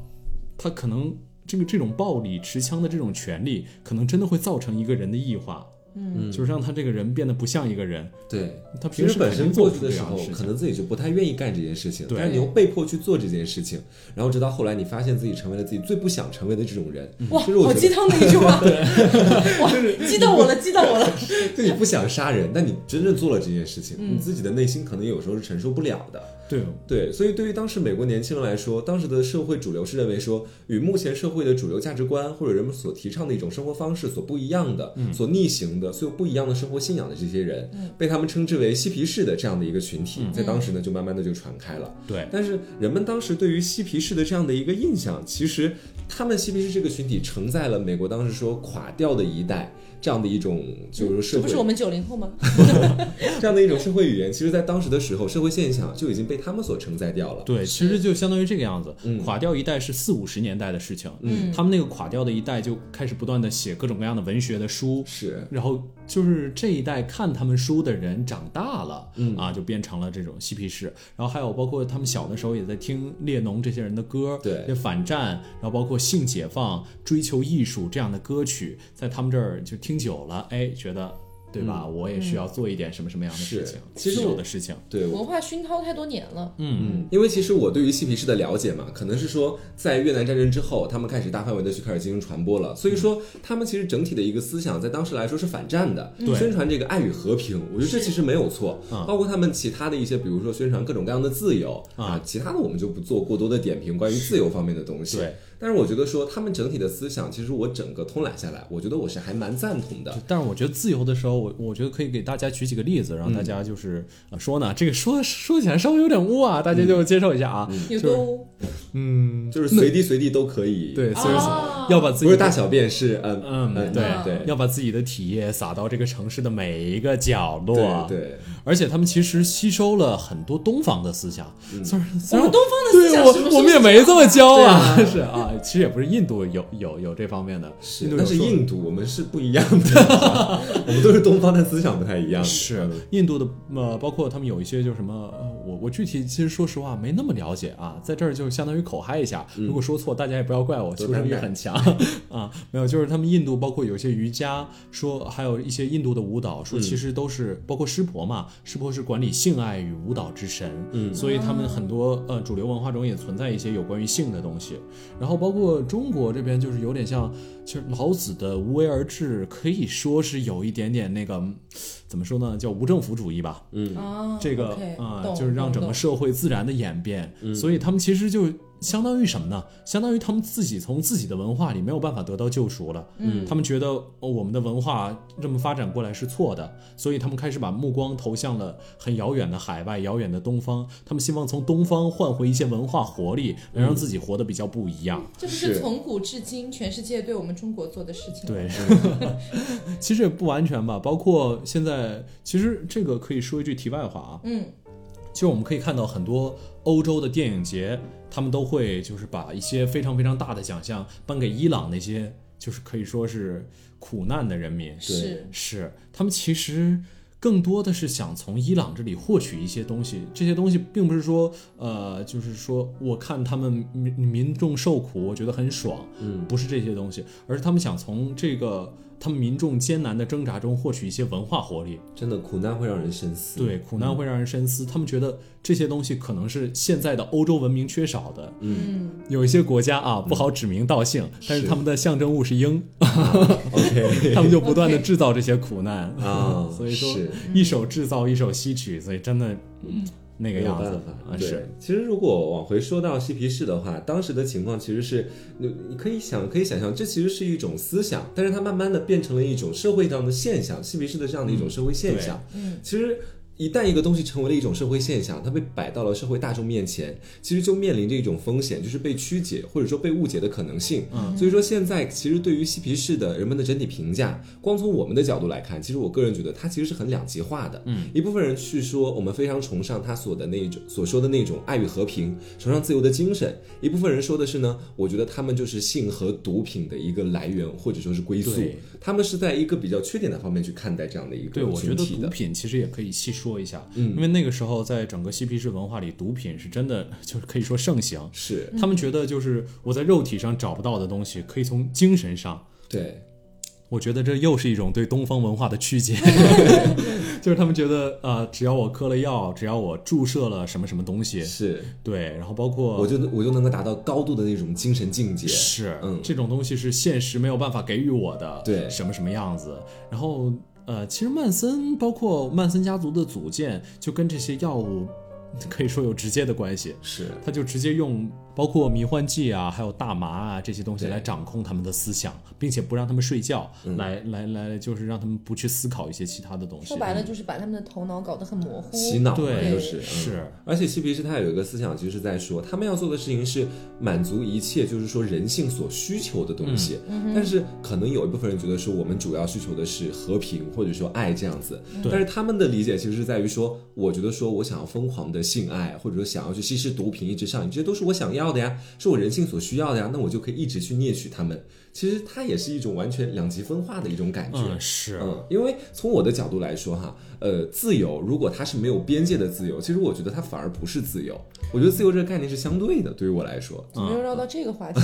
[SPEAKER 1] 他可能这个这种暴力持枪的这种权利，可能真的会造成一个人的异化，嗯，就是让他这个人变得不像一个人，
[SPEAKER 2] 对，
[SPEAKER 1] 他
[SPEAKER 2] 平
[SPEAKER 1] 平
[SPEAKER 2] 时
[SPEAKER 1] 时肯
[SPEAKER 2] 本
[SPEAKER 1] 定
[SPEAKER 2] 身
[SPEAKER 1] 做
[SPEAKER 2] 过
[SPEAKER 1] 不出
[SPEAKER 2] 去的
[SPEAKER 1] 这
[SPEAKER 2] 时
[SPEAKER 1] 样的
[SPEAKER 2] 候，
[SPEAKER 1] 事
[SPEAKER 2] 可
[SPEAKER 1] 情。
[SPEAKER 2] 能自己就不太愿意干这件事情，
[SPEAKER 1] 对
[SPEAKER 2] 但是你又被迫去做这件事情，然后直到后来你发现自己成为了自己最不想成为的这种人，
[SPEAKER 1] 嗯
[SPEAKER 3] 哇，
[SPEAKER 2] 就是我
[SPEAKER 3] 好
[SPEAKER 2] 觉
[SPEAKER 3] 鸡
[SPEAKER 2] 得，
[SPEAKER 3] 汤的一句 话，哇，激到我了，激到我了。
[SPEAKER 2] 就你不想杀人，但你真正做了这件事情，你自己的内心可能有时候是承受不了的。
[SPEAKER 1] 对，
[SPEAKER 2] 对，所以对于当时美国年轻人来说，当时的社会主流是认为说，与目前社会的主流价值观或者人们所提倡的一种生活方式所不一样的、所逆行的、所有不一样的生活信仰的这些人，被他们称之为嬉皮士的这样的一个群体，在当时呢就慢慢的就传开了。
[SPEAKER 1] 对
[SPEAKER 2] 但是人们当时对于嬉皮士的这样的一个印象，其实他们嬉皮士这个群体承载了美国当时说垮掉的一代。这样的一种就是
[SPEAKER 3] 这
[SPEAKER 2] 社
[SPEAKER 3] 不
[SPEAKER 2] 会
[SPEAKER 3] 是我们九零后吗？
[SPEAKER 2] 这样的一种社会语言，其实在当时的时候，社会现象就已经被他们所承载掉了。
[SPEAKER 1] 对，其实就相当于这个样子，
[SPEAKER 2] 嗯
[SPEAKER 1] 垮掉一代是四五十年代的事情，
[SPEAKER 3] 嗯
[SPEAKER 1] 他们那个垮掉的一代就开始不断的写各种各样的文学的书，
[SPEAKER 2] 是，
[SPEAKER 1] 然后就是这一代看他们书的人长大了，嗯啊，就变成了这种嬉皮士。然后还有包括他们小的时候也在听列侬这些人的歌，
[SPEAKER 2] 对
[SPEAKER 1] 这反战，然后包括性解放、追求艺术这样的歌曲，在他们这儿就听久了，哎，觉得对吧？我也需要做一点什么什么样的事
[SPEAKER 2] 嗯是
[SPEAKER 1] 情，
[SPEAKER 2] 其实
[SPEAKER 1] 是有
[SPEAKER 2] 我
[SPEAKER 1] 的事情，
[SPEAKER 2] 对，我
[SPEAKER 3] 文化熏陶太多年了，
[SPEAKER 2] 嗯，因为其实我对于嬉皮士的了解嘛，可能是说在越南战争之后，他们开始大范围的去开始进行传播了，所以说
[SPEAKER 1] 嗯
[SPEAKER 2] 他们其实整体的一个思想在当时来说是反战的，
[SPEAKER 1] 对
[SPEAKER 2] 宣传这个爱与和平，我觉得这其实没有错，
[SPEAKER 1] 嗯
[SPEAKER 2] 包括他们其他的一些，比如说宣传各种各样的自由
[SPEAKER 1] 啊
[SPEAKER 2] 啊，其他的我们就不做过多的点评关于自由方面的东西，
[SPEAKER 1] 对。
[SPEAKER 2] 但是我觉得说他们整体的思想，其实我整个通览下来，我觉得我是还蛮赞同的，
[SPEAKER 1] 但是我觉得自由的时候，我我觉得可以给大家举几个例子，让大
[SPEAKER 2] 嗯
[SPEAKER 1] 家就是、呃说呢，这个说说起来稍微有点污啊，大
[SPEAKER 2] 嗯
[SPEAKER 1] 家就接受一下啊，就
[SPEAKER 3] 有
[SPEAKER 1] 是
[SPEAKER 3] 多
[SPEAKER 1] 嗯，
[SPEAKER 2] 就是随地随地都可以，
[SPEAKER 1] 对，所以说、
[SPEAKER 3] 哦
[SPEAKER 1] 要把自己
[SPEAKER 2] 不是大小便是嗯
[SPEAKER 1] 嗯
[SPEAKER 2] 对
[SPEAKER 1] 对
[SPEAKER 2] 对
[SPEAKER 1] 要把自己的体液洒到这个城市的每一个角落，
[SPEAKER 2] 对对。
[SPEAKER 1] 而且他们其实吸收了很多东方的思想，
[SPEAKER 2] 嗯
[SPEAKER 1] 虽然虽然
[SPEAKER 3] 我们东方的思
[SPEAKER 1] 对
[SPEAKER 3] 想是不是
[SPEAKER 1] 我我们也没这么教啊，
[SPEAKER 2] 对 啊
[SPEAKER 1] 是啊，其实也不是印度有有有这方面的，
[SPEAKER 2] 是
[SPEAKER 1] 印，度
[SPEAKER 2] 那
[SPEAKER 1] 有
[SPEAKER 2] 是
[SPEAKER 1] 说
[SPEAKER 2] 印度，我们是不一样的， 我们都是东方的思想不太一样。
[SPEAKER 1] 呃是印度的，呃，包括他们有一些就什么，呃我我具体其实说实话没那么了解啊，在这儿就相当于口嗨一下，
[SPEAKER 2] 嗯
[SPEAKER 1] 如果说错大家也不要怪我，
[SPEAKER 2] 多
[SPEAKER 1] 求生
[SPEAKER 2] 担
[SPEAKER 1] 欲
[SPEAKER 2] 待
[SPEAKER 1] 很强 啊，没有，就是他们印度包括有些瑜伽，说还有一些印度的舞蹈，说其实都是、包括湿婆嘛，湿婆是管理性爱与舞蹈之神，
[SPEAKER 2] 嗯
[SPEAKER 1] 所以他们很多呃主流文化中也存在一些有关于性的东西，然后包括中国这边就是有点像，其实老子的无为而治可以说是有一点点那个嗯怎么说呢，叫无政府主义吧，
[SPEAKER 3] 啊，
[SPEAKER 1] 这个
[SPEAKER 3] OK，
[SPEAKER 1] 啊、
[SPEAKER 3] 懂
[SPEAKER 1] 就是让
[SPEAKER 3] 懂
[SPEAKER 1] 整个
[SPEAKER 3] 懂
[SPEAKER 1] 社会自然的演变，所以他们其实就相当于什么呢？相当于他们自己从自己的文化里没有办法得到救赎了，
[SPEAKER 3] 嗯
[SPEAKER 1] 他们觉得、哦我们的文化这么发展过来是错的，所以他们开始把目光投向了很遥远的海外、遥远的东方，他们希望从东方换回一些文化活力，能让自己活得比较不一样。
[SPEAKER 3] 这不是
[SPEAKER 2] 是
[SPEAKER 3] 从古至今全世界对我们中国做的事情吗？
[SPEAKER 1] 对， 其实也不完全吧，包括现在，其实这个可以说一句题外话啊，
[SPEAKER 3] 嗯，
[SPEAKER 1] 其实我们可以看到很多欧洲的电影节，他们都会就是把一些非常非常大的奖项颁给伊朗那些就是可以说是苦难的人民，
[SPEAKER 3] 是
[SPEAKER 1] 是他们其实更多的是想从伊朗这里获取一些东西，这些东西并不是说呃，就是说我看他们民民众受苦，我觉得很爽，
[SPEAKER 2] 嗯，
[SPEAKER 1] 不是这些东西，而是他们想从这个他们民众艰难的挣扎中获取一些文化活力，
[SPEAKER 2] 真的苦难会让人深思。
[SPEAKER 1] 对，苦难会让人深思。他们觉得这些东西可能是现在的欧洲文明缺少的。
[SPEAKER 3] 嗯，
[SPEAKER 1] 有一些国家啊，不好指名道姓，但是
[SPEAKER 2] 嗯是
[SPEAKER 1] 他们的象征物是鹰，
[SPEAKER 2] ，OK
[SPEAKER 1] 他们就不断的
[SPEAKER 3] OK
[SPEAKER 1] 制造这些苦难
[SPEAKER 2] 啊
[SPEAKER 1] 所以说
[SPEAKER 2] 是
[SPEAKER 1] 一手制造，一手吸取，所以真的那个
[SPEAKER 2] 没有
[SPEAKER 1] 样子
[SPEAKER 2] 办法
[SPEAKER 1] 啊，
[SPEAKER 2] 对
[SPEAKER 1] 是，
[SPEAKER 2] 其实如果往回说到嬉皮士的话，当时的情况其实是，你你可以想，可以想象，这其实是一种思想，但是它慢慢的变成了一种社会上的现象，嬉皮士的这样的一种社会现象。
[SPEAKER 3] 嗯，
[SPEAKER 2] 其实。一旦一个东西成为了一种社会现象，它被摆到了社会大众面前，其实就面临着一种风险，就是被曲解或者说被误解的可能性。
[SPEAKER 1] 嗯
[SPEAKER 2] 所以说现在其实对于嬉皮士的人们的整体评价，光从我们的角度来看，其实我个人觉得它其实是很两极化的。
[SPEAKER 1] 嗯，
[SPEAKER 2] 一部分人去说我们非常崇尚他所的那一种所说的那种爱与和平，崇尚自由的精神；一部分人说的是呢，我觉得他们就是性和毒品的一个来源或者说是归宿
[SPEAKER 1] 对，
[SPEAKER 2] 他们是在一个比较缺点的方面去看待这样的一个
[SPEAKER 1] 对，我觉
[SPEAKER 2] 群
[SPEAKER 1] 得
[SPEAKER 2] 体
[SPEAKER 1] 毒
[SPEAKER 2] 的。嗯
[SPEAKER 1] 品其实也可以细说一下，因为那个时候在整个嬉皮士文化里，毒品是真的就是可以说盛行。
[SPEAKER 2] 是
[SPEAKER 1] 他们觉得就是我在肉体上找不到的东西，可以从精神上
[SPEAKER 2] 对，
[SPEAKER 1] 我觉得这又是一种对东方文化的曲 解，就是他们觉得呃，只要我嗑了药，只要我注射了什么什么东西，
[SPEAKER 2] 是，
[SPEAKER 1] 对，然后包括
[SPEAKER 2] 我就我就能够达到高度的那种精神境界。
[SPEAKER 1] 是、
[SPEAKER 2] 嗯
[SPEAKER 1] 这种东西是现实没有办法给予我的，
[SPEAKER 2] 对
[SPEAKER 1] 什么什么样子，然后呃，其实曼森包括曼森家族的组建就跟这些药物可以说有直接的关系。
[SPEAKER 2] 是
[SPEAKER 1] 他就直接用包括迷幻剂啊，还有大麻啊这些东西
[SPEAKER 2] 对嗯
[SPEAKER 1] 来掌控他们的思想，并且不让他们睡觉，来来来，就是让他们不去思考一些其他的东西。
[SPEAKER 3] 说白了就是把他们的头脑搞得很模
[SPEAKER 2] 嗯
[SPEAKER 3] 糊。
[SPEAKER 2] 洗脑嘛，
[SPEAKER 1] 对
[SPEAKER 2] 就是嗯
[SPEAKER 1] 是
[SPEAKER 2] 而且嬉皮士他有一个思想，就是在说他们要做的事情是满足一切，就是说人性所需求的东西。
[SPEAKER 1] 嗯
[SPEAKER 2] 但是可能有一部分人觉得说我们主要需求的是和平或者说爱这样子，
[SPEAKER 1] 嗯对
[SPEAKER 2] 但是他们的理解其实是在于说，我觉得说我想要疯狂的性爱，或者说想要去吸食毒品一直上瘾，这些都是我想要的呀，是我人性所需要的呀，那我就可以一直去猎取他们。其实它也是一种完全两极分化的一种感觉。
[SPEAKER 1] 嗯，是，
[SPEAKER 2] 嗯，因为从我的角度来说哈，呃，自由如果它是没有边界的自由，其实我觉得它反而不是自由。我觉得自由这个概念是相对的，对于我来说，
[SPEAKER 3] 怎么又绕到这个话题？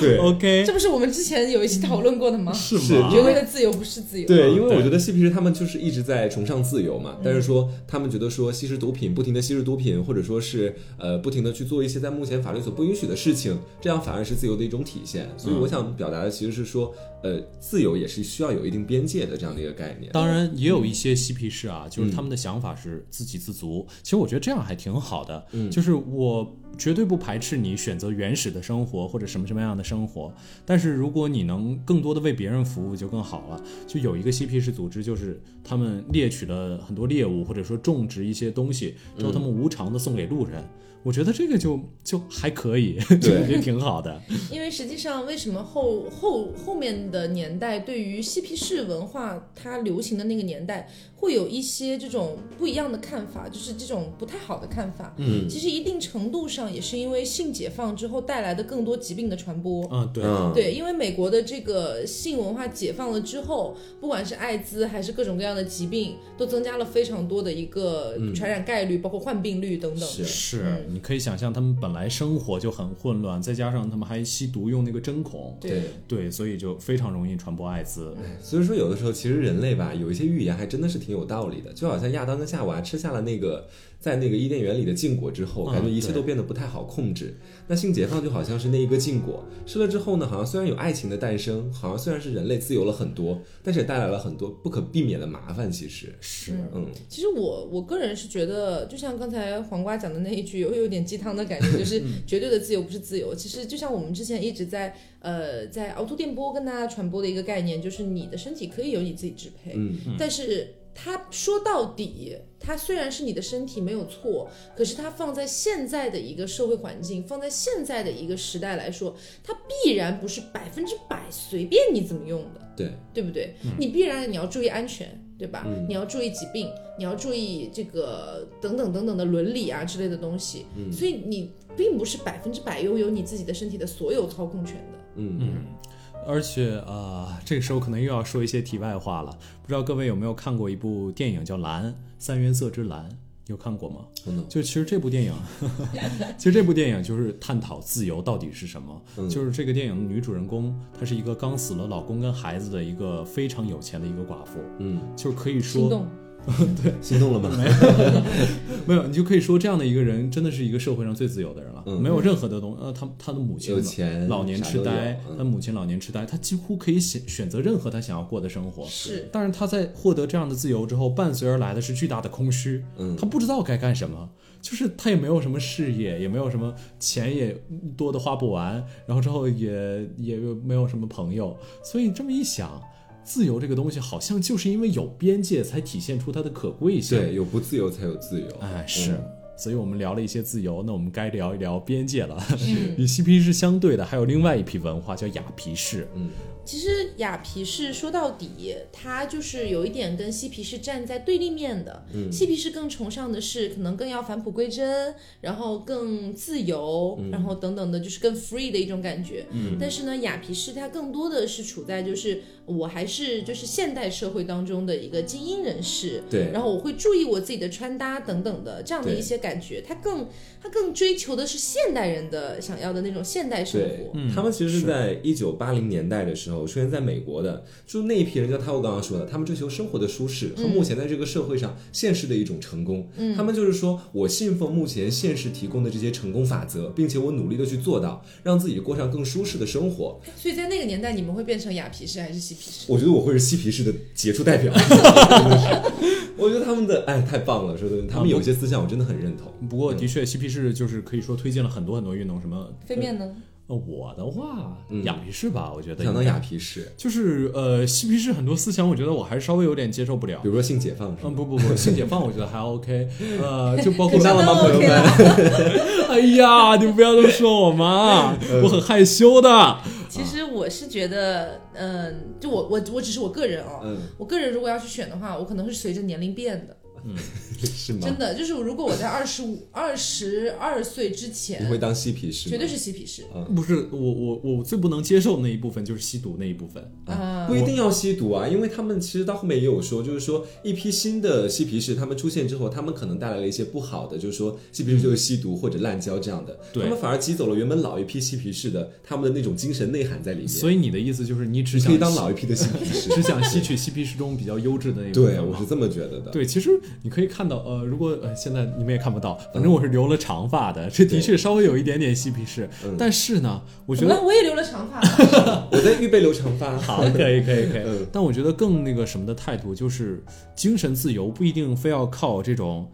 [SPEAKER 2] 对
[SPEAKER 1] OK，
[SPEAKER 3] 这不是我们之前有一期讨论过的 吗？
[SPEAKER 1] 是
[SPEAKER 2] 是
[SPEAKER 1] 吗？
[SPEAKER 3] 人类的自由不是自由。
[SPEAKER 2] 对，因为
[SPEAKER 1] 对嗯
[SPEAKER 2] 我觉得嬉皮士他们就是一直在崇尚自由嘛，但是说他们觉得说吸食毒品，不停的吸食毒品，或者说是呃不停的去做一些在目前法律所不允许的事情，这样反而是自由的一种体现。所以
[SPEAKER 1] 嗯
[SPEAKER 2] 我想表达的其实是说，呃，自由也是需要有一定边界的这样的一个概念。
[SPEAKER 1] 当然，也有一些嬉皮士啊，就是他们的想法是自给自足。其实我觉得这样还挺好的，就是我绝对不排斥你选择原始的生活或者什么什么样的生活，但是如果你能更多的为别人服务就更好了。就有一个嬉皮士组织，就是他们猎取了很多猎物，或者说种植一些东西之后，他们无偿的送给路人。我觉得这个就就还可以， 就
[SPEAKER 2] 对
[SPEAKER 1] 也挺好的。
[SPEAKER 3] 因为实际上，为什么后后后面的年代对于嬉皮士文化它流行的那个年代，会有一些这种不一样的看法，就是这种不太好的看法。
[SPEAKER 2] 嗯，
[SPEAKER 3] 其实一定程度上也是因为性解放之后带来的更多疾病的传播。
[SPEAKER 1] 嗯，对，
[SPEAKER 2] 嗯，
[SPEAKER 3] 对，因为美国的这个性文化解放了之后，不管是艾滋还是各种各样的疾病，都增加了非常多的一个传染概率，包括患病率等等。
[SPEAKER 2] 嗯是
[SPEAKER 3] 嗯
[SPEAKER 1] 是，你可以想象他们本来生活就很混乱，再加上他们还吸毒用那个针孔，
[SPEAKER 3] 对，嗯
[SPEAKER 1] 对，所以就非常容易传播艾滋。
[SPEAKER 2] 所以说，有的时候其实人类吧，有一些预言还真的是挺有道理的。就好像亚当跟夏娃吃下了那个在那个伊甸园里的禁果之后，
[SPEAKER 1] 嗯
[SPEAKER 2] 感觉一切
[SPEAKER 1] 对
[SPEAKER 2] 都变得不太好控制。那性解放就好像是那一个禁果，吃了之后呢，好像虽然有爱情的诞生，好像虽然是人类自由了很多，但是也带来了很多不可避免的麻烦。其实，
[SPEAKER 1] 是
[SPEAKER 2] 嗯，
[SPEAKER 3] 其实我我个人是觉得，就像刚才黄瓜讲的那一句，有有点鸡汤的感觉，就是
[SPEAKER 2] 嗯
[SPEAKER 3] 绝对的自由不是自由。其实就像我们之前一直在呃在凹凸电波跟大家传播的一个概念，就是你的身体可以由你自己支配，
[SPEAKER 2] 嗯，
[SPEAKER 3] 但是它说到底，它虽然是你的身体没有错，可是它放在现在的一个社会环境，放在现在的一个时代来说，它必然不是百分之百随便你怎么用的。
[SPEAKER 2] 对，嗯
[SPEAKER 3] 对不对？你必然你要注意安全，对吧？你要注意疾病，你要注意这个等等等等的伦理啊之类的东西。
[SPEAKER 2] 嗯
[SPEAKER 3] 所以你并不是百分之百拥有你自己的身体的所有操控权的。
[SPEAKER 2] 嗯
[SPEAKER 1] 而且呃，这个时候可能又要说一些题外话了。不知道各位有没有看过一部电影叫《蓝三原色之蓝》，有看过吗？
[SPEAKER 2] 嗯，
[SPEAKER 1] 就其实这部电 影，其实这部电影就是探讨自由到底是什么。
[SPEAKER 3] 嗯
[SPEAKER 1] 就是这个电影女主人公，她是一个刚死了老公跟孩子的一个非常有钱的一个寡妇，
[SPEAKER 2] 嗯，
[SPEAKER 1] 就是可以
[SPEAKER 3] 心
[SPEAKER 1] 说
[SPEAKER 3] 动，
[SPEAKER 2] 心动了吗？
[SPEAKER 1] 没有，你就可以说这样的一个人真的是一个社会上最自由的人了，没有任何的东呃，他他的母亲
[SPEAKER 2] 嗯有钱
[SPEAKER 1] 老年痴呆
[SPEAKER 2] 啥都有，嗯
[SPEAKER 1] 他母亲老年痴呆，他几乎可以选选择任何他想要过的生活。
[SPEAKER 3] 是
[SPEAKER 1] 但是他在获得这样的自由之后，伴随而来的是巨大的空虚，
[SPEAKER 2] 嗯
[SPEAKER 1] 他不知道该干什么，就是他也没有什么事业，也没有什么钱，也多的花不完，然后之后也也没有什么朋友，所以这么一想，自由这个东西好像就是因为有边界才体现出它的可贵性。
[SPEAKER 2] 对，有不自由才有自由。
[SPEAKER 1] 哎，是
[SPEAKER 2] 嗯。
[SPEAKER 1] 所以我们聊了一些自由，那我们该聊一聊边界了。 与嬉皮士相对的，还有另外一批文化叫雅皮士。
[SPEAKER 3] 其实雅皮士说到底，它就是有一点跟嬉皮士站在对立面的。
[SPEAKER 2] 嗯
[SPEAKER 3] 嬉皮士更崇尚的是可能更要返璞归真，然后更自由，
[SPEAKER 2] 嗯
[SPEAKER 3] 然后等等的，就是更 free 的一种感觉。但是呢，雅皮士它更多的是处在就是我还是就是现代社会当中的一个精英人士，
[SPEAKER 2] 对
[SPEAKER 3] 然后我会注意我自己的穿搭等等的这样的
[SPEAKER 2] 对
[SPEAKER 3] 一些感觉。它更它更追求的是现代人的想要的那种现代生
[SPEAKER 2] 对
[SPEAKER 3] 活。，
[SPEAKER 2] 他们其实是在一九八零年代的时候出现在美国的，就那一批人，就他我刚刚说的，他们追求生活的舒适
[SPEAKER 3] 嗯
[SPEAKER 2] 和目前在这个社会上现实的一种成功。他们就是说我信奉目前现实提供的这些成功法则，并且我努力的去做到，让自己过上更舒适的生活。
[SPEAKER 3] 所以在那个年代，你们会变成雅皮士还是嬉皮士？
[SPEAKER 2] 我觉得我会是嬉皮士的杰出代表。我觉得他们的哎太棒了，说的他们有一些思想我真的很认同。
[SPEAKER 1] 嗯不过的确，嬉皮士就是可以说推荐了很多很多运动，什么
[SPEAKER 3] 飞面呢？
[SPEAKER 1] 呃，我的话，雅皮士吧，我觉得
[SPEAKER 2] 想到
[SPEAKER 1] 应该
[SPEAKER 2] 嗯雅皮士，
[SPEAKER 1] 就是呃，嬉皮士很多思想，我觉得我还是稍微有点接受不了
[SPEAKER 2] 比。如说性解放是
[SPEAKER 1] 嗯，
[SPEAKER 2] 吗？
[SPEAKER 1] 不不不，性解放我觉得还 OK，呃， 就包括
[SPEAKER 2] 听到了吗，
[SPEAKER 3] 那
[SPEAKER 2] 朋友
[SPEAKER 3] OK
[SPEAKER 2] 们
[SPEAKER 3] 了？
[SPEAKER 1] 哎呀，你不要这么说我嘛，
[SPEAKER 2] 嗯
[SPEAKER 1] 我很害羞的。
[SPEAKER 3] 嗯其实我是觉得，嗯，就我我我只是我个人哦，
[SPEAKER 2] 嗯，
[SPEAKER 3] 我个人如果要去选的话，我可能会随着年龄变的，
[SPEAKER 2] 是吗
[SPEAKER 3] 真？的就是如果我在二十五、二十二岁之
[SPEAKER 2] 你会
[SPEAKER 3] 前，
[SPEAKER 2] 当嬉皮士吗？
[SPEAKER 3] 绝对是嬉皮士
[SPEAKER 1] 不是我我我最不能接受那一部分就是吸毒那一部分。
[SPEAKER 3] 啊
[SPEAKER 2] 不。一定要吸毒啊，因为他们其实到后面也有说，就是说一批新的嬉皮士他们出现之后，他们可能带来了一些不好的，就是说嬉皮士就是吸毒或者滥交这样的，
[SPEAKER 1] 对
[SPEAKER 2] 他们反而挤走了原本老一批嬉皮士的他们的那种精神内涵在里面，
[SPEAKER 1] 所
[SPEAKER 2] 以
[SPEAKER 1] 以你的意思就是你只
[SPEAKER 2] 你可
[SPEAKER 1] 想
[SPEAKER 2] 以当老一批的嬉皮士，
[SPEAKER 1] 只 想吸取嬉皮士中比较优质的那一部分
[SPEAKER 2] 对，
[SPEAKER 1] 吗
[SPEAKER 2] 我是这么觉得的。
[SPEAKER 1] 对，其实你可以看到，呃，如果呃现在你们也看不到，反正我是留了长发
[SPEAKER 2] 嗯
[SPEAKER 1] 的，这的确稍微有一点点嬉皮士，但是呢，我觉
[SPEAKER 3] 怎么了？
[SPEAKER 1] 得
[SPEAKER 3] 我也留了长 发，
[SPEAKER 2] 我在预备留长发，
[SPEAKER 1] 好，可以，可以，可以
[SPEAKER 2] 嗯。
[SPEAKER 1] 但我觉得更那个什么的态度，就是精神自由不一定非要靠这种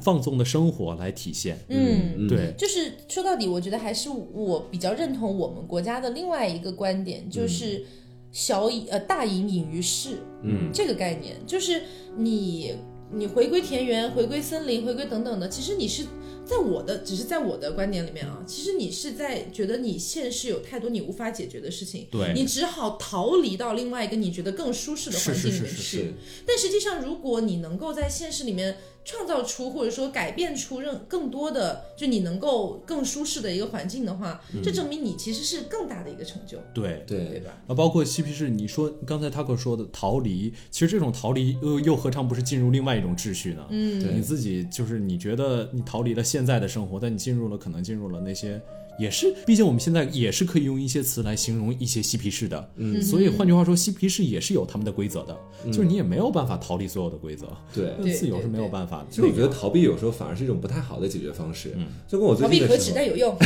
[SPEAKER 1] 放纵的生活来体现。
[SPEAKER 3] 嗯，
[SPEAKER 2] 嗯
[SPEAKER 1] 对，
[SPEAKER 3] 就是说到底，我觉得还是我比较认同我们国家的另外一个观点，
[SPEAKER 1] 嗯
[SPEAKER 3] 就是小隐呃大隐隐于市，
[SPEAKER 2] 嗯，
[SPEAKER 3] 这个概念就是你你回归田园、回归森林、回归等等的，其实你是在我的只是在我的观点里面啊，其实你是在觉得你现实有太多你无法解决的事情，
[SPEAKER 1] 对
[SPEAKER 3] 你只好逃离到另外一个你觉得更舒适的环境里面去。
[SPEAKER 1] 是是是
[SPEAKER 2] 是，
[SPEAKER 3] 但实际上，如果你能够在现实里面创造出或者说改变出任更多的，就你能够更舒适的一个环境的话，
[SPEAKER 2] 嗯
[SPEAKER 3] 这证明你其实是更大的一个成就，
[SPEAKER 1] 对。
[SPEAKER 3] 对
[SPEAKER 2] 对，
[SPEAKER 3] 吧？
[SPEAKER 1] 啊，包括嬉皮士，你说刚才 Taco 说的逃离，其实这种逃离又又何尝不是进入另外一种秩序呢？
[SPEAKER 3] 嗯，
[SPEAKER 1] 你
[SPEAKER 2] 对，
[SPEAKER 1] 自己就是你觉得你逃离了现在的生活，但你进入了可能进入了那些也是，毕竟我们现在也是可以用一些词来形容一些嬉皮士的，嗯，所以换句话说，嬉皮士也是有他们的规则的，就是你也没有办法逃离所有的规则，
[SPEAKER 2] 对。
[SPEAKER 3] 对
[SPEAKER 1] 自由是没有
[SPEAKER 3] 对
[SPEAKER 1] 办法的。
[SPEAKER 2] 其实我觉得逃避有时候反而是一种不太好的解决方式，
[SPEAKER 1] 嗯
[SPEAKER 2] 就跟我最
[SPEAKER 3] 逃
[SPEAKER 2] 近
[SPEAKER 3] 避
[SPEAKER 2] 的
[SPEAKER 3] 可
[SPEAKER 2] 时
[SPEAKER 3] 耻
[SPEAKER 2] 候
[SPEAKER 3] 但有用。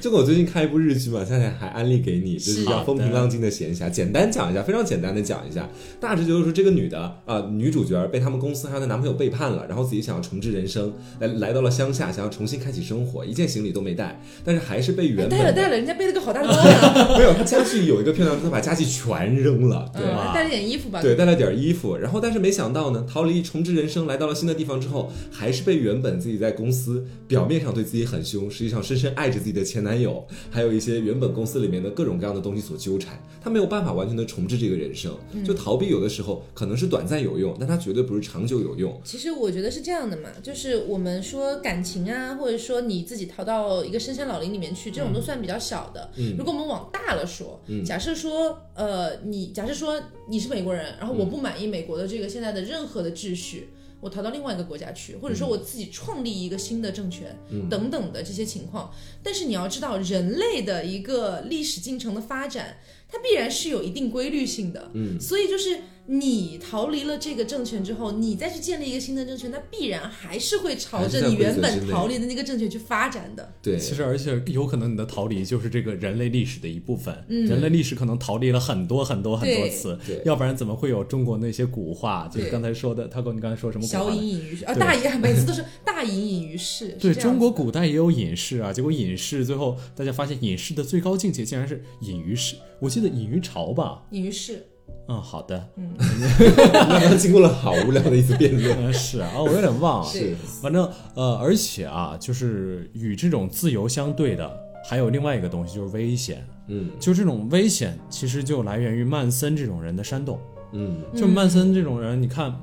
[SPEAKER 2] 就跟我最近看一部日剧嘛，现在还安利给你，就是
[SPEAKER 3] 是
[SPEAKER 2] 叫《风平浪静的闲暇》，简单讲一下，非常简单的讲一下，大致就是说这个女的啊、呃女主角被他们公司还有她男朋友背叛了，然后自己想要重置人生，来来到了乡下，想要重新开启生活，一件行李都没带，但是还是被原本
[SPEAKER 3] 哎带了带
[SPEAKER 2] 的
[SPEAKER 3] 了，人家背了个好大的包呢，
[SPEAKER 2] 没有，她家具有一个漂亮，她把家具全扔了， 对。
[SPEAKER 1] 吧
[SPEAKER 3] 嗯， 带了点衣服吧。
[SPEAKER 2] 对，带了点衣服，然后但是没想到呢，逃离重置人生，来到了新的地方之后，还是被原本自己在公司表面上对自己很凶，实际上深深爱着自己的前男友，还有一些原本公司里面的各种各样的东西所纠缠，他没有办法完全的重置这个人生，就逃避有的时候可能是短暂有用，但它绝对不是长久有用。
[SPEAKER 3] 其实我觉得是这样的嘛，就是我们说感情啊，或者说你自己逃到一个深山老林里面去，这
[SPEAKER 2] 嗯
[SPEAKER 3] 种都算比较小的。如果我们往大了说，假设说，呃，你假设说你是美国人，然后我不满意美国的这个现在的任何的秩序。我逃到另外一个国家去，或者说我自己创立一个新的政权，等等的这些情况。但是你要知道，人类的一个历史进程的发展，它必然是有一定规律性的。所以就是你逃离了这个政权之后，你再去建立一个新的政权，那必然还是会朝着你原本逃离的那个政权去发展的。
[SPEAKER 2] 对，
[SPEAKER 1] 其实，而且有可能你的逃离就是这个人类历史的一部分。
[SPEAKER 3] 嗯
[SPEAKER 1] 人类历史可能逃离了很多很多很多
[SPEAKER 3] 对
[SPEAKER 1] 次
[SPEAKER 2] 对，
[SPEAKER 1] 要不然怎么会有中国那些古话？就是
[SPEAKER 3] 对
[SPEAKER 1] 刚才说的，他跟你刚才说什么古话
[SPEAKER 3] 小
[SPEAKER 1] 来着
[SPEAKER 3] 隐隐于市啊，
[SPEAKER 1] 对
[SPEAKER 3] 大隐每次都是大隐隐于市。
[SPEAKER 1] 对
[SPEAKER 3] 是这样
[SPEAKER 1] 中国古代也有隐士啊，结果隐士最后大家发现隐士的最高境界竟然是隐于市，我记得隐于朝吧。
[SPEAKER 3] 隐于市，
[SPEAKER 1] 嗯，好的，
[SPEAKER 2] 刚刚经过了好无聊的一次辩论，
[SPEAKER 1] 嗯是啊，我有点忘 了。
[SPEAKER 3] 对
[SPEAKER 2] 是
[SPEAKER 1] 反正呃，而且啊，就是与这种自由相对的，还有另外一个东西就是危险。
[SPEAKER 2] 嗯
[SPEAKER 1] 就这种危险，其实就来源于曼森这种人的煽动。
[SPEAKER 2] 嗯
[SPEAKER 1] 就曼森这种人，你看，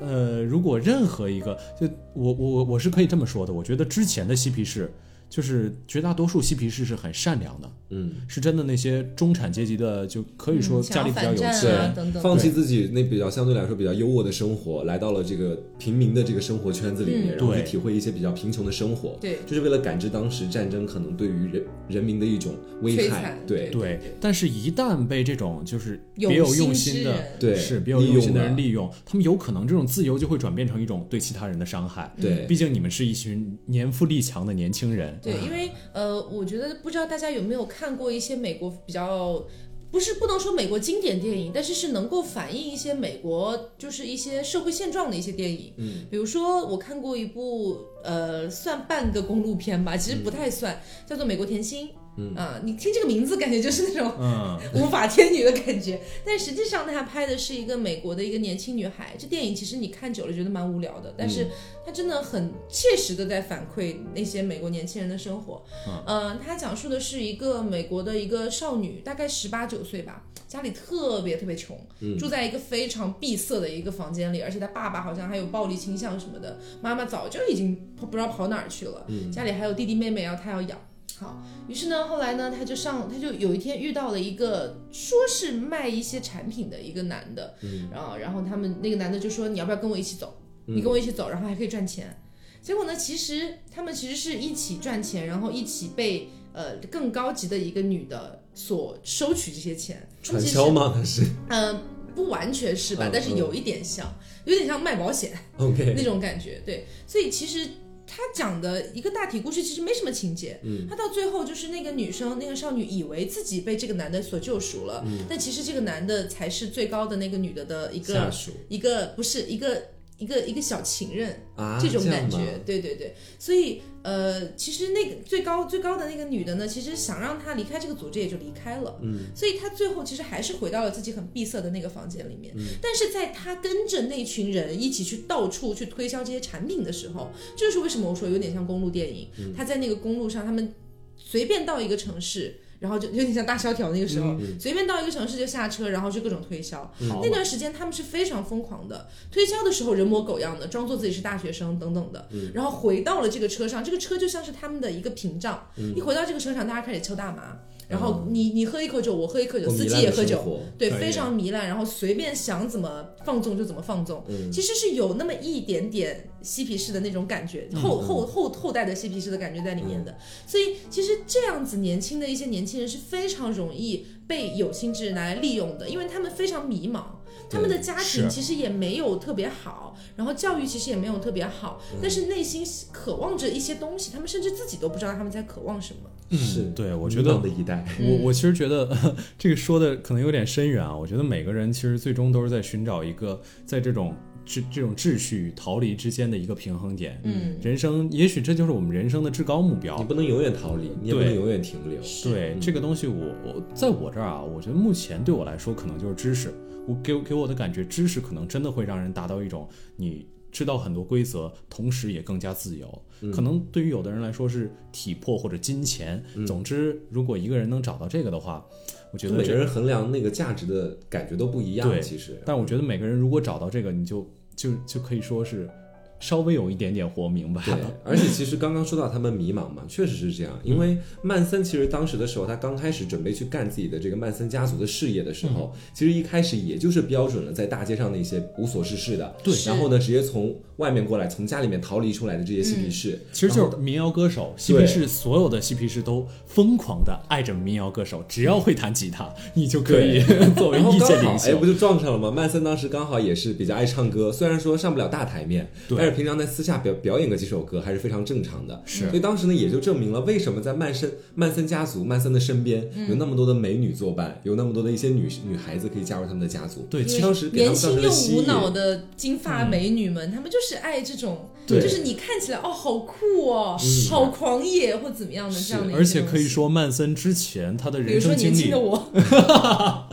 [SPEAKER 1] 呃，如果任何一个，就我我我是可以这么说的，我觉得之前的嬉皮士，就是绝大多数嬉皮士是很善良的。
[SPEAKER 2] 嗯，
[SPEAKER 1] 是真的那些中产阶级的，就可以说
[SPEAKER 3] 嗯
[SPEAKER 1] 家
[SPEAKER 3] 想
[SPEAKER 1] 里
[SPEAKER 3] 要
[SPEAKER 1] 比较
[SPEAKER 3] 反
[SPEAKER 1] 有
[SPEAKER 3] 战
[SPEAKER 1] 钱。
[SPEAKER 3] 啊等等。
[SPEAKER 2] 放弃自己那比较相对来说比较优渥的生活，来到了这个平民的这个生活圈子里面，
[SPEAKER 3] 嗯
[SPEAKER 2] 然后去
[SPEAKER 1] 对
[SPEAKER 2] 体会一些比较贫穷的生活。
[SPEAKER 3] 对
[SPEAKER 2] 就是为了感知当时战争可能对于人人民的一种危
[SPEAKER 3] 摧
[SPEAKER 2] 害
[SPEAKER 3] 残。
[SPEAKER 2] 对
[SPEAKER 1] 对
[SPEAKER 3] 对，
[SPEAKER 1] 但是，一旦被这种就是
[SPEAKER 3] 有
[SPEAKER 1] 别有用
[SPEAKER 3] 心之
[SPEAKER 1] 心的，
[SPEAKER 3] 人
[SPEAKER 2] 对
[SPEAKER 1] 是别有
[SPEAKER 2] 利
[SPEAKER 1] 用心的
[SPEAKER 2] 用
[SPEAKER 1] 人
[SPEAKER 2] 了
[SPEAKER 1] 利用，他们有可能这种自由就会转变成一种对其他人的伤害。
[SPEAKER 2] 对
[SPEAKER 1] 毕竟你们是一群年富力强的年轻人。
[SPEAKER 3] 对，因为呃，我觉得不知道大家有没有看过一些美国比较不是不能说美国经典电影，但是是能够反映一些美国就是一些社会现状的一些电影。嗯，比如说我看过一部呃算半个公路片吧，其实不太算，叫做《美国甜心》。嗯啊，你听这个名字感觉就是那种
[SPEAKER 1] 嗯，
[SPEAKER 3] 无法天女的感觉，但实际上她拍的是一个美国的一个年轻女孩。这电影其实你看久了觉得蛮无聊的，但是它真的很切实的在反馈那些美国年轻人的生活。
[SPEAKER 1] 嗯
[SPEAKER 3] 呃，它讲述的是一个美国的一个少女，大概十八九岁吧，家里特别特别穷，住在一个非常闭塞的一个房间里，而且她爸爸好像还有暴力倾向什么的，妈妈早就已经不知道跑哪儿去了，家里还有弟弟妹妹要她要养。好，于是呢，后来呢，他就上，他就有一天遇到了一个说是卖一些产品的一个男的，然后然后他们那个男的就说你要不要跟我一起走？你跟我一起走，然后还可以赚钱。结果呢，其实他们其实是一起赚钱，然后一起被呃更高级的一个女的所收取这些钱。
[SPEAKER 2] 传
[SPEAKER 3] 他们其实
[SPEAKER 2] 销？吗？那是
[SPEAKER 3] 嗯、不完全是吧
[SPEAKER 2] 嗯，
[SPEAKER 3] 但是
[SPEAKER 2] 嗯
[SPEAKER 3] 有一点像，有点像卖保险。
[SPEAKER 2] OK，
[SPEAKER 3] 那种感觉。对，所以其实他讲的一个大体故事其实没什么情节，嗯，他到最后就是那个女生，那个少女以为自己被这个男的所救赎了，
[SPEAKER 2] 嗯
[SPEAKER 3] 但其实这个男的才是最高的那个女的的一
[SPEAKER 2] 下
[SPEAKER 3] 个
[SPEAKER 2] 属
[SPEAKER 3] 一个不是一个一个一个小情人。
[SPEAKER 2] 啊，
[SPEAKER 3] 这种
[SPEAKER 2] 样
[SPEAKER 3] 感
[SPEAKER 2] 吗
[SPEAKER 3] 觉，对对对，所以呃，其实那个最高最高的那个女的呢，其实想让他离开这个组织，也就离开了。嗯，所以他最后其实还是回到了自己很闭塞的那个房间里
[SPEAKER 2] 嗯
[SPEAKER 3] 面。但是在他跟着那群人一起去到处去推销这些产品的时候，这就是为什么我说有点像公路电影。
[SPEAKER 2] 嗯
[SPEAKER 3] 他在那个公路上，他们随便到一个城市。然后就有 点像大萧条那个时候，
[SPEAKER 2] 嗯
[SPEAKER 3] 随便到一个城市就下车，然后就各种推销。
[SPEAKER 1] 好
[SPEAKER 3] 那，段时间他们是非常疯狂的，推销的时候人模狗样的，装作自己是大学生等等的，
[SPEAKER 2] 嗯
[SPEAKER 3] 然后回到了这个车上，这个车就像是他们的一个屏障。
[SPEAKER 2] 嗯
[SPEAKER 3] 一回到这个车上，大家开始抽大麻，然后你你喝一口酒，我喝一口酒，
[SPEAKER 2] 哦我
[SPEAKER 3] 司
[SPEAKER 2] 糜
[SPEAKER 3] 机
[SPEAKER 2] 烂
[SPEAKER 3] 也
[SPEAKER 2] 的
[SPEAKER 3] 喝
[SPEAKER 2] 生
[SPEAKER 3] 酒，
[SPEAKER 2] 活
[SPEAKER 3] 对，
[SPEAKER 1] 可以
[SPEAKER 3] 非常糜烂，然后随便想怎么放纵就怎么放纵，
[SPEAKER 1] 嗯
[SPEAKER 3] 其实是有那么一点点嬉皮士的那种感觉，
[SPEAKER 1] 嗯
[SPEAKER 3] 后后后后代的嬉皮士的感觉在里面的。所以其实这样子年轻的一些年轻人是非常容易被有心之人来利用的，因为他们非常迷茫。他们的家
[SPEAKER 1] 是
[SPEAKER 3] 庭其实也没有特别好，然后教育其实也没有特别好，
[SPEAKER 1] 嗯
[SPEAKER 3] 但是内心渴望着一些东西，他们甚至自己都不知道他们在渴望什么。
[SPEAKER 2] 是
[SPEAKER 1] 嗯对我觉
[SPEAKER 2] 迷
[SPEAKER 1] 得
[SPEAKER 2] 茫的一代，
[SPEAKER 1] 我我其实觉得 这个说的可能有点深远啊。我觉得每个人其实最终都是在寻找一个在这种这这种秩序与逃离之间的一个平衡点。
[SPEAKER 3] 嗯，
[SPEAKER 1] 人生也许这就是我们人生的至高目标
[SPEAKER 2] 你。不能永远逃离，你也不
[SPEAKER 1] 对
[SPEAKER 2] 能永远停留。嗯
[SPEAKER 1] 对这个东西我，我在我这儿啊，我觉得目前对我来说可能就是知识。我给给我的感觉，知识可能真的会让人达到一种你知道很多规则，同时也更加自由。
[SPEAKER 2] 嗯
[SPEAKER 1] 可能对于有的人来说是体魄或者金钱。总之，如果一个人能找到这个的话，我觉
[SPEAKER 2] 嗯就
[SPEAKER 1] 得
[SPEAKER 2] 每
[SPEAKER 1] 这
[SPEAKER 2] 个人衡量那个价值的感觉都不一
[SPEAKER 1] 对
[SPEAKER 2] 样，其实。
[SPEAKER 1] 但我觉得每个人如果找到这个，你就就就可以说是稍微有一点点活明白
[SPEAKER 2] 对
[SPEAKER 1] 了。，
[SPEAKER 2] 而且其实刚刚说到他们迷茫嘛，确实是这样。因为曼森其实当时的时候，他刚开始准备去干自己的这个曼森家族的事业的时候，
[SPEAKER 1] 嗯
[SPEAKER 2] 其实一开始也就是标准的在大街上那些无所事事的，
[SPEAKER 3] 对是
[SPEAKER 2] 然后呢，直接从外面过来，从家里面逃离出来的这些嬉皮士，
[SPEAKER 1] 其实就是民谣歌手，嬉皮士所有的嬉皮士都疯狂的爱着民谣歌手，只要会弹吉他，你就可以作为
[SPEAKER 2] 然后
[SPEAKER 1] 意
[SPEAKER 2] 刚
[SPEAKER 1] 见
[SPEAKER 2] 好
[SPEAKER 1] 领
[SPEAKER 2] 哎，
[SPEAKER 1] 袖
[SPEAKER 2] 不。就撞上了吗？曼森当时刚好也是比较爱唱歌，虽然说上不了大台面，
[SPEAKER 1] 对
[SPEAKER 2] 但是平常在私下表表演个几首歌还是非常正常的。
[SPEAKER 1] 是
[SPEAKER 2] 所以当时呢，也就证明了为什么在曼森曼森家族、曼森的身边
[SPEAKER 1] 嗯
[SPEAKER 2] 有那么多的美女作伴，有那么多的一些女女孩子可以加入他们的家族。
[SPEAKER 1] 对，其
[SPEAKER 2] 当时给他
[SPEAKER 3] 年
[SPEAKER 2] 们造
[SPEAKER 3] 轻
[SPEAKER 2] 成的
[SPEAKER 3] 又
[SPEAKER 2] 吸
[SPEAKER 3] 无
[SPEAKER 2] 引。嗯
[SPEAKER 3] 脑的金发美女们，她们就是爱这种，
[SPEAKER 1] 对
[SPEAKER 3] 就是你看起来哦好酷哦，
[SPEAKER 2] 嗯
[SPEAKER 3] 好狂野或怎么样的这样的一个
[SPEAKER 1] 而且
[SPEAKER 3] 东西
[SPEAKER 1] 可以，说曼森之前他的
[SPEAKER 3] 比
[SPEAKER 1] 人
[SPEAKER 3] 如说
[SPEAKER 1] 生经
[SPEAKER 3] 年轻
[SPEAKER 1] 历
[SPEAKER 3] 的，我，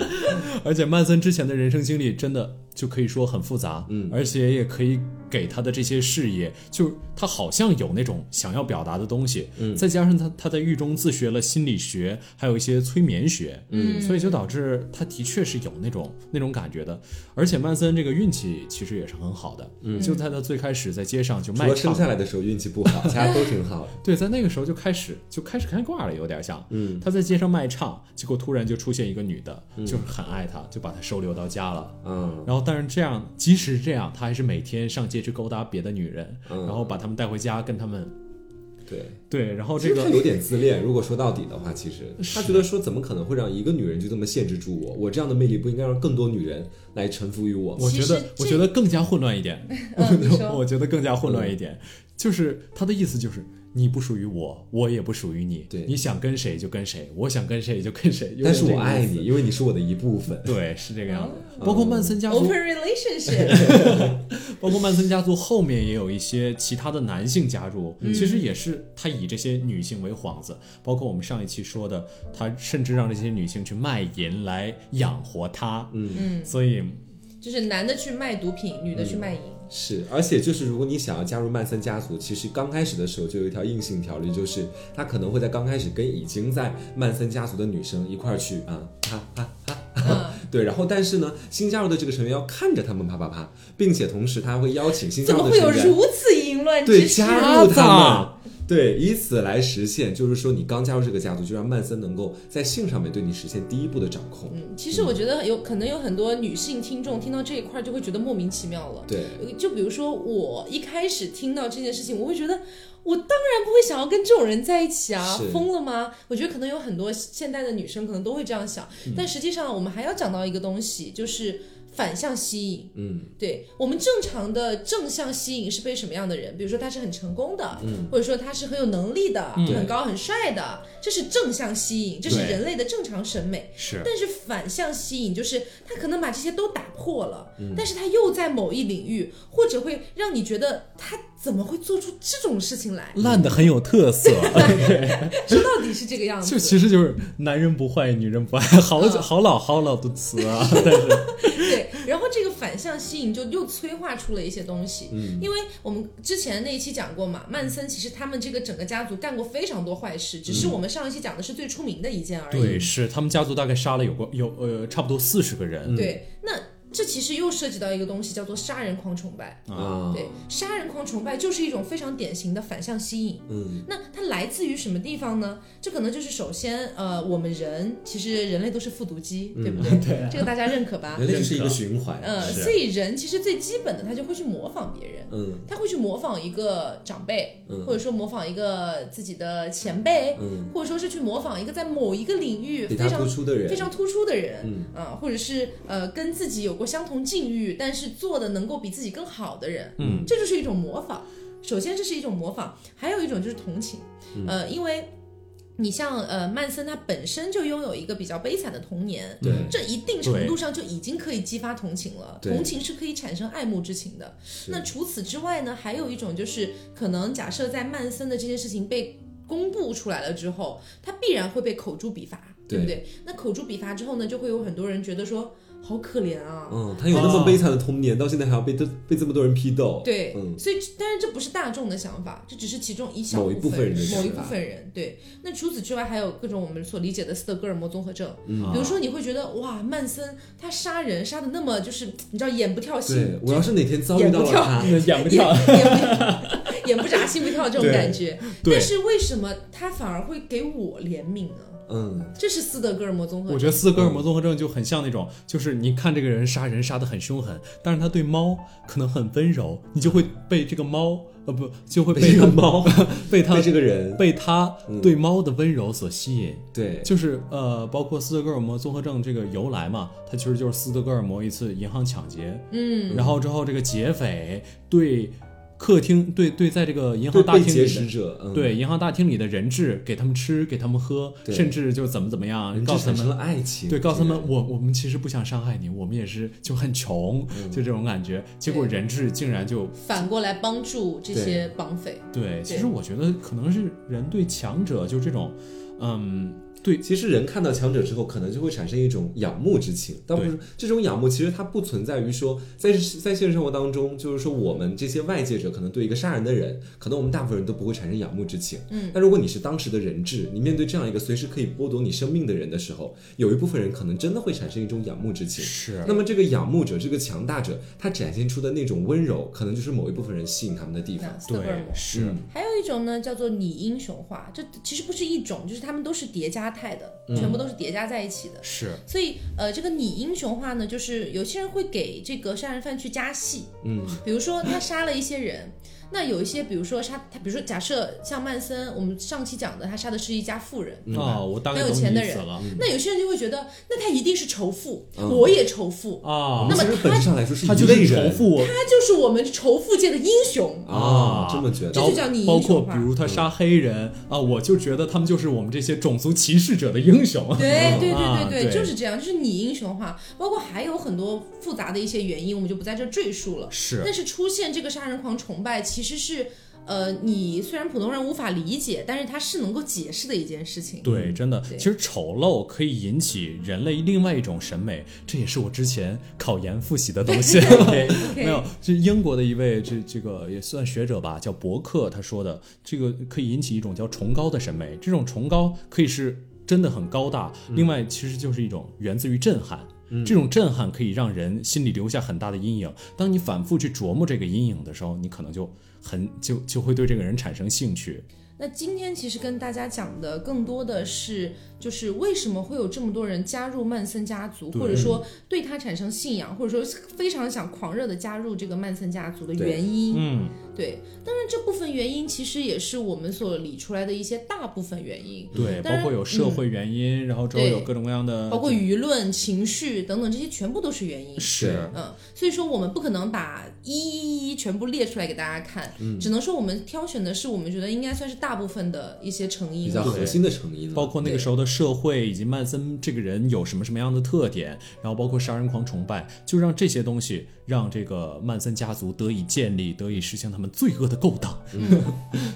[SPEAKER 1] 而且曼森之前的人生经历真的就可以说很复杂，
[SPEAKER 2] 嗯
[SPEAKER 1] 而且也可以给他的这些事业，就是他好像有那种想要表达的东西，
[SPEAKER 2] 嗯
[SPEAKER 1] 再加上他他在狱中自学了心理学，还有一些催眠学，
[SPEAKER 3] 嗯
[SPEAKER 1] 所以就导致他的确是有那种那种感觉的。而且曼森这个运气其实也是很好的，嗯，就在他最开始在街上就
[SPEAKER 2] 除
[SPEAKER 1] 卖
[SPEAKER 2] 了生
[SPEAKER 1] 唱，
[SPEAKER 2] 下来的时候运气不好，其他都挺好 的。
[SPEAKER 1] 对，在那个时候就开始就开始开挂了，有点像，
[SPEAKER 2] 嗯，
[SPEAKER 1] 他在街上卖唱，结果突然就出现一个女的，就是很爱他，就把他收留到家了。
[SPEAKER 2] 嗯，
[SPEAKER 1] 然后，但是这样，即使这样，他还是每天上街去勾搭别的女人，
[SPEAKER 2] 嗯
[SPEAKER 1] 然后把她们带回家，跟她们
[SPEAKER 2] 对。
[SPEAKER 1] 对，然后
[SPEAKER 2] 其
[SPEAKER 1] 这
[SPEAKER 2] 实他
[SPEAKER 1] 个
[SPEAKER 2] 有点自恋，如果说到底的话，其实他觉得说怎么可能会让一个女人就这么限制住我？我这样的魅力不应该让更多女人来臣服于我吗？
[SPEAKER 1] 我觉
[SPEAKER 3] 其实
[SPEAKER 1] 得
[SPEAKER 3] 这
[SPEAKER 1] 我觉得更加混乱一点，
[SPEAKER 3] 嗯，你说
[SPEAKER 1] 我觉得更加混乱一点，就是他的意思就是你不属于我，我也不属于你，
[SPEAKER 2] 对
[SPEAKER 1] 你想跟谁就跟谁，我想跟谁就跟谁，有点
[SPEAKER 2] 但是
[SPEAKER 1] 这
[SPEAKER 2] 我
[SPEAKER 1] 个
[SPEAKER 2] 爱
[SPEAKER 1] 意思
[SPEAKER 2] 你，，因嗯为你是我的一部分。
[SPEAKER 1] 对，是这个样子。包括曼森家族，
[SPEAKER 3] open relationship，
[SPEAKER 1] 包括曼森家族后面也有一些其他的男性加入，其实也是他以这些女性为幌子，包括我们上一期说的，他甚至让这些女性去卖淫来养活他。
[SPEAKER 3] 嗯，
[SPEAKER 1] 所以，
[SPEAKER 3] 就是男的去卖毒品，女的
[SPEAKER 2] 嗯
[SPEAKER 3] 去卖淫，
[SPEAKER 2] 是，而且就是如果你想要加入曼森家族，其实刚开始的时候就有一条硬性条例，就是他可能会在刚开始跟已经在曼森家族的女生一块儿去啊啪啪啪，
[SPEAKER 3] 嗯，
[SPEAKER 2] 对，然后但是呢，新加入的这个成员要看着他们啪啪啪，并且同时他还会邀请新加
[SPEAKER 3] 怎
[SPEAKER 2] 入
[SPEAKER 3] 么
[SPEAKER 2] 的
[SPEAKER 3] 会有
[SPEAKER 2] 成员
[SPEAKER 3] 如此淫乱
[SPEAKER 2] 对
[SPEAKER 3] 之事？
[SPEAKER 2] 加入他们
[SPEAKER 1] 啊。
[SPEAKER 2] 对，以此来实现，就是说你刚加入这个家族，就让曼森能够在性上面对你实现第一步的掌控。
[SPEAKER 3] 嗯，其实我觉得有可能有很多女性听众听到这一块儿就会觉得莫名其妙了。
[SPEAKER 2] 对，
[SPEAKER 3] 就比如说我一开始听到这件事情，我会觉得我当然不会想要跟这种人在一起啊
[SPEAKER 2] 是，
[SPEAKER 3] 疯了吗？我觉得可能有很多现代的女生可能都会这样想，
[SPEAKER 2] 嗯
[SPEAKER 3] 但实际上我们还要讲到一个东西，就是反向吸引。
[SPEAKER 2] 嗯，
[SPEAKER 3] 对我们正常的正向吸引是被什么样的人？比如说他是很成功的，
[SPEAKER 2] 嗯
[SPEAKER 3] 或者说他是很有能力的、
[SPEAKER 1] 嗯
[SPEAKER 3] 很高很帅的，这是正向吸引，这是
[SPEAKER 1] 对
[SPEAKER 3] 人类的正常审美。
[SPEAKER 1] 是？
[SPEAKER 3] 但是反向吸引就是他可能把这些都打破了，但是他又在某一领域，或者会让你觉得他怎么会做出这种事情来
[SPEAKER 1] 烂的很有特 色，
[SPEAKER 3] 说到底是这个样 子。
[SPEAKER 1] 就其实就是男人不坏，女人不爱，好
[SPEAKER 3] 啊
[SPEAKER 1] 好老好老的词啊。
[SPEAKER 3] 对，然后这个反向吸引就又催化出了一些东西，
[SPEAKER 2] 嗯
[SPEAKER 3] 因为我们之前那一期讲过嘛，曼森其实他们这个整个家族干过非常多坏事，只是我们上一期讲的是最出名的一件而已。
[SPEAKER 1] 嗯对，是他们家族大概杀了有过有呃差不多四十个人。
[SPEAKER 3] 对，那这其实又涉及到一个东西，叫做杀人狂崇拜。
[SPEAKER 2] 啊，
[SPEAKER 3] 嗯对，杀人狂崇拜就是一种非常典型的反向吸引。
[SPEAKER 2] 嗯
[SPEAKER 3] 那它来自于什么地方呢？这可能就是首先，呃，我们人其实人类都是复读机，
[SPEAKER 2] 嗯
[SPEAKER 3] 对不对？这个大家认 可吧？
[SPEAKER 2] 人类啊就是一个循环。
[SPEAKER 3] 嗯，
[SPEAKER 1] 是
[SPEAKER 3] 所以人其实最基本的，他就会去模仿别人，
[SPEAKER 2] 嗯
[SPEAKER 3] 他会去模仿一个长辈，
[SPEAKER 2] 嗯
[SPEAKER 3] 或者说模仿一个自己的前辈，
[SPEAKER 2] 嗯，
[SPEAKER 3] 或者说是去模仿一个在某一个领域
[SPEAKER 2] 比
[SPEAKER 3] 非
[SPEAKER 2] 他突
[SPEAKER 3] 常
[SPEAKER 2] 出的人
[SPEAKER 3] 非常突出的人，
[SPEAKER 2] 嗯
[SPEAKER 3] 啊、或者是呃跟自己有过相同境遇，但是做的能够比自己更好的人，
[SPEAKER 1] 嗯，
[SPEAKER 3] 这就是一种模仿。首先，这是一种模仿，还有一种就是同情，呃，因为你像呃曼森，他本身就拥有一个比较悲惨的童年。
[SPEAKER 2] 对
[SPEAKER 3] 这一定程度上就已经可以激发同情了，
[SPEAKER 2] 对
[SPEAKER 3] 同情是可以产生爱慕之情的。那除此之外呢，还有一种就是，可能假设在曼森的这件事情被公布出来了之后，他必然会被口诛笔伐，对不对？那口诛笔伐之后呢，就会有很多人觉得说，好可怜啊。
[SPEAKER 2] 嗯，他有那么悲惨的童年，到现在还要被这被这么多人批斗。
[SPEAKER 3] 对，
[SPEAKER 2] 嗯
[SPEAKER 3] 所以这当然这不是大众的想法，这只是其中一小
[SPEAKER 2] 某一部分人的
[SPEAKER 3] 某一
[SPEAKER 2] 想
[SPEAKER 3] 部
[SPEAKER 2] 法
[SPEAKER 3] 分人。对，那除此之外还有各种我们所理解的斯德哥尔摩综合症，
[SPEAKER 2] 嗯
[SPEAKER 1] 啊
[SPEAKER 3] 比如说你会觉得哇，曼森他杀人杀的那么就是你知道眼不跳
[SPEAKER 2] 对
[SPEAKER 3] 心，，
[SPEAKER 2] 我要是哪天遭遇到了他，
[SPEAKER 1] 养不
[SPEAKER 3] 眼
[SPEAKER 1] 跳，
[SPEAKER 3] 眼不眼不眨心不跳这种
[SPEAKER 1] 对
[SPEAKER 3] 感觉，
[SPEAKER 1] 对
[SPEAKER 3] 但，是为什么他反而会给我怜悯呢？
[SPEAKER 2] 嗯，
[SPEAKER 3] 这是斯德哥尔摩综合
[SPEAKER 1] 我
[SPEAKER 3] 症。
[SPEAKER 1] 觉得斯德哥尔摩综合症就很像那种，就是你看这个人杀人杀得很凶狠，但是他对猫可能很温柔，你就会被这个猫，呃不，就会
[SPEAKER 2] 被
[SPEAKER 1] 被
[SPEAKER 2] 这
[SPEAKER 1] 他
[SPEAKER 2] 个猫，
[SPEAKER 1] 被他
[SPEAKER 2] 被这个嗯人，
[SPEAKER 1] 被他对猫的温柔所吸引。
[SPEAKER 2] 对，
[SPEAKER 1] 就是呃，包括斯德哥尔摩综合症这个由来嘛，它其实就是斯德哥尔摩一次银行抢劫，
[SPEAKER 3] 嗯，
[SPEAKER 1] 然后之后这个劫匪对客厅对对在这个银
[SPEAKER 2] 对
[SPEAKER 1] 行大
[SPEAKER 2] 被
[SPEAKER 1] 厅里
[SPEAKER 2] 劫
[SPEAKER 1] 的
[SPEAKER 2] 持者，嗯，
[SPEAKER 1] 对，银行大厅里的人质，给他们吃，给他们喝，
[SPEAKER 2] 对
[SPEAKER 1] 甚至就怎么怎么样，
[SPEAKER 2] 人
[SPEAKER 1] 告
[SPEAKER 2] 质
[SPEAKER 1] 诉
[SPEAKER 2] 产
[SPEAKER 1] 他
[SPEAKER 2] 生
[SPEAKER 1] 们，
[SPEAKER 2] 了爱情，
[SPEAKER 1] 对，告诉他
[SPEAKER 2] 这
[SPEAKER 1] 们，
[SPEAKER 2] 个
[SPEAKER 1] 我我们其实不想伤害你，我们也是就很穷，
[SPEAKER 2] 嗯
[SPEAKER 1] 就这种感觉。结果
[SPEAKER 3] 对
[SPEAKER 1] 人质竟然就
[SPEAKER 3] 反过来帮助这些绑匪。
[SPEAKER 1] 对，其实我觉得可能是人对强者就这种，嗯，对
[SPEAKER 2] 其实人看到强者之后，可能就会产生一种仰慕之情，但不是这种仰慕，其实它不存在于说，在在现实生活当中，就是说我们这些外界者可能对一个杀人的人，可能我们大部分人都不会产生仰慕之情。
[SPEAKER 3] 嗯，
[SPEAKER 2] 但如果你是当时的人质，你面对这样一个随时可以剥夺你生命的人的时候，有一部分人可能真的会产生一种仰慕之情。
[SPEAKER 1] 是
[SPEAKER 2] 那么这个仰慕者，这个强大者，他展现出的那种温柔，可能就是某一部分人吸引他们的地方
[SPEAKER 3] 那。斯德哥尔
[SPEAKER 1] 对
[SPEAKER 3] 摩。
[SPEAKER 1] 是。
[SPEAKER 2] 嗯
[SPEAKER 3] 还有一种呢，叫做拟英雄化，这其实不是一种，就是他们都是叠加态的，
[SPEAKER 2] 嗯
[SPEAKER 3] 全部都是叠加在一起的。
[SPEAKER 1] 是，
[SPEAKER 3] 所以，呃，这个拟英雄化呢，就是有些人会给这个杀人犯去加戏，
[SPEAKER 2] 嗯，
[SPEAKER 3] 比如说他杀了一些人，那有一些，比如说杀他，比如说假设像曼森，我们上期讲的，他杀的是一家富人，
[SPEAKER 2] 嗯
[SPEAKER 3] 对吧
[SPEAKER 1] 啊，我大概
[SPEAKER 3] 很有
[SPEAKER 1] 懂你
[SPEAKER 3] 钱的
[SPEAKER 1] 意思
[SPEAKER 3] 人
[SPEAKER 1] 了
[SPEAKER 3] 那有些人就会觉得，那他一定是仇富，
[SPEAKER 2] 嗯
[SPEAKER 3] 我也仇富，
[SPEAKER 1] 啊
[SPEAKER 3] 那，么
[SPEAKER 2] 其实本质上来说是
[SPEAKER 1] 他
[SPEAKER 2] 一
[SPEAKER 1] 就
[SPEAKER 2] 类
[SPEAKER 1] 是
[SPEAKER 2] 人
[SPEAKER 1] 重复
[SPEAKER 3] 他就是我们仇富界的英雄。
[SPEAKER 2] 啊，这么觉
[SPEAKER 3] 这
[SPEAKER 2] 得
[SPEAKER 3] 就叫你英雄
[SPEAKER 1] 包括
[SPEAKER 3] 化
[SPEAKER 1] 比如他杀黑人啊，我就觉得他们就是我们这些种族歧视者的英雄。
[SPEAKER 3] 对对
[SPEAKER 1] 啊
[SPEAKER 3] 对
[SPEAKER 1] 对
[SPEAKER 3] 对对，就是这样，就是你英雄化，包括还有很多复杂的一些原因，我们就不在这赘述了。
[SPEAKER 1] 是
[SPEAKER 3] 但是出现这个杀人狂崇拜，其实是，呃，你虽然普通人无法理解，但是它是能够解释的一件事情。嗯
[SPEAKER 1] 对，真的，
[SPEAKER 3] 对
[SPEAKER 1] 其实丑陋可以引起人类另外一种审美，这也是我之前考研复习的东西。
[SPEAKER 3] OK，
[SPEAKER 1] 没有，是英国的一位这这个也算学者吧，叫伯克，他说的这个可以引起一种叫崇高的审美，这种崇高可以是真的很高大，
[SPEAKER 3] 嗯
[SPEAKER 1] 另外其实就是一种源自于震撼。这种震撼可以让人心里留下很大的阴影。当你反复去琢磨这个阴影的时候，你可能就很就就会对这个人产生兴趣。
[SPEAKER 3] 那今天其实跟大家讲的更多的是，就是为什么会有这么多人加入曼森家族，
[SPEAKER 1] 对
[SPEAKER 3] 或者说对他产生信仰，或者说非常想狂热的加入这个曼森家族的
[SPEAKER 2] 对
[SPEAKER 3] 原因。
[SPEAKER 1] 嗯，
[SPEAKER 3] 对，当然这部分原因其实也是我们所理出来的一些大部分原因，
[SPEAKER 1] 对，
[SPEAKER 3] 当
[SPEAKER 1] 包
[SPEAKER 3] 然
[SPEAKER 1] 括有社会原因，然后之后
[SPEAKER 3] 嗯对
[SPEAKER 1] 有各种各样
[SPEAKER 2] 嗯
[SPEAKER 1] 的，
[SPEAKER 3] 包括舆论、情绪等等，这些全部都是原因。
[SPEAKER 1] 是
[SPEAKER 3] 嗯，所以说我们不可能把一一一全部列出来给大家看，
[SPEAKER 2] 嗯
[SPEAKER 3] 只能说我们挑选的是我们觉得应该算是大部分的一些成因
[SPEAKER 2] 比较
[SPEAKER 3] 吧。
[SPEAKER 2] 核心的成因了，
[SPEAKER 1] 包括那个时候的社会以及曼森这个人有什么什么样的特点，然后包括杀人狂崇拜，就让这些东西让这个曼森家族得以建立，得以实现他们罪恶的勾当，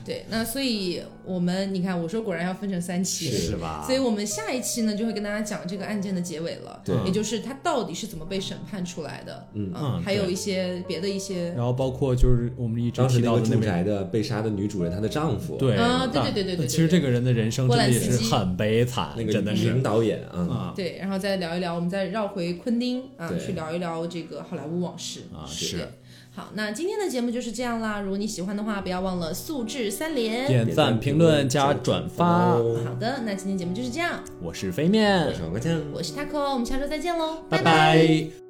[SPEAKER 3] 对，那所以我们你看，我说果然要分成三期，
[SPEAKER 1] 是啊吧
[SPEAKER 3] 所以我们下一期呢就会跟大家讲这个案件的结尾了，
[SPEAKER 2] 对
[SPEAKER 3] 也就是他到底是怎么被审判出来的，嗯
[SPEAKER 1] 嗯
[SPEAKER 3] 还有
[SPEAKER 1] 对
[SPEAKER 3] 一些别的一些
[SPEAKER 1] 然后包括就是我们一直
[SPEAKER 2] 当时
[SPEAKER 1] 提
[SPEAKER 2] 那
[SPEAKER 1] 到
[SPEAKER 2] 个
[SPEAKER 1] 的
[SPEAKER 2] 住
[SPEAKER 1] 那位。
[SPEAKER 2] 宅的被杀的女主人，她的丈夫，
[SPEAKER 1] 对
[SPEAKER 3] 啊对
[SPEAKER 1] 那
[SPEAKER 3] 对对对对对
[SPEAKER 1] 其实这个人的人生真的也是
[SPEAKER 3] 波兰斯基
[SPEAKER 1] 很悲惨，
[SPEAKER 2] 那个
[SPEAKER 1] 真的是
[SPEAKER 2] 女导演啊，
[SPEAKER 1] 啊
[SPEAKER 3] 对，然后再聊一聊，我们再绕回昆汀啊，
[SPEAKER 2] 对
[SPEAKER 3] 去聊一聊这个好莱坞往事
[SPEAKER 1] 啊
[SPEAKER 3] 对
[SPEAKER 1] 是
[SPEAKER 3] 好，那今天的节目就是这样啦。如果你喜欢的话，不要忘了素质三连。
[SPEAKER 1] 点赞、评论、加转发。
[SPEAKER 3] 好的，那今天节目就是这样。
[SPEAKER 1] 我是飞面
[SPEAKER 2] 我，是王国强。
[SPEAKER 3] 我是 Taco，我们下周再见喽，
[SPEAKER 1] 拜拜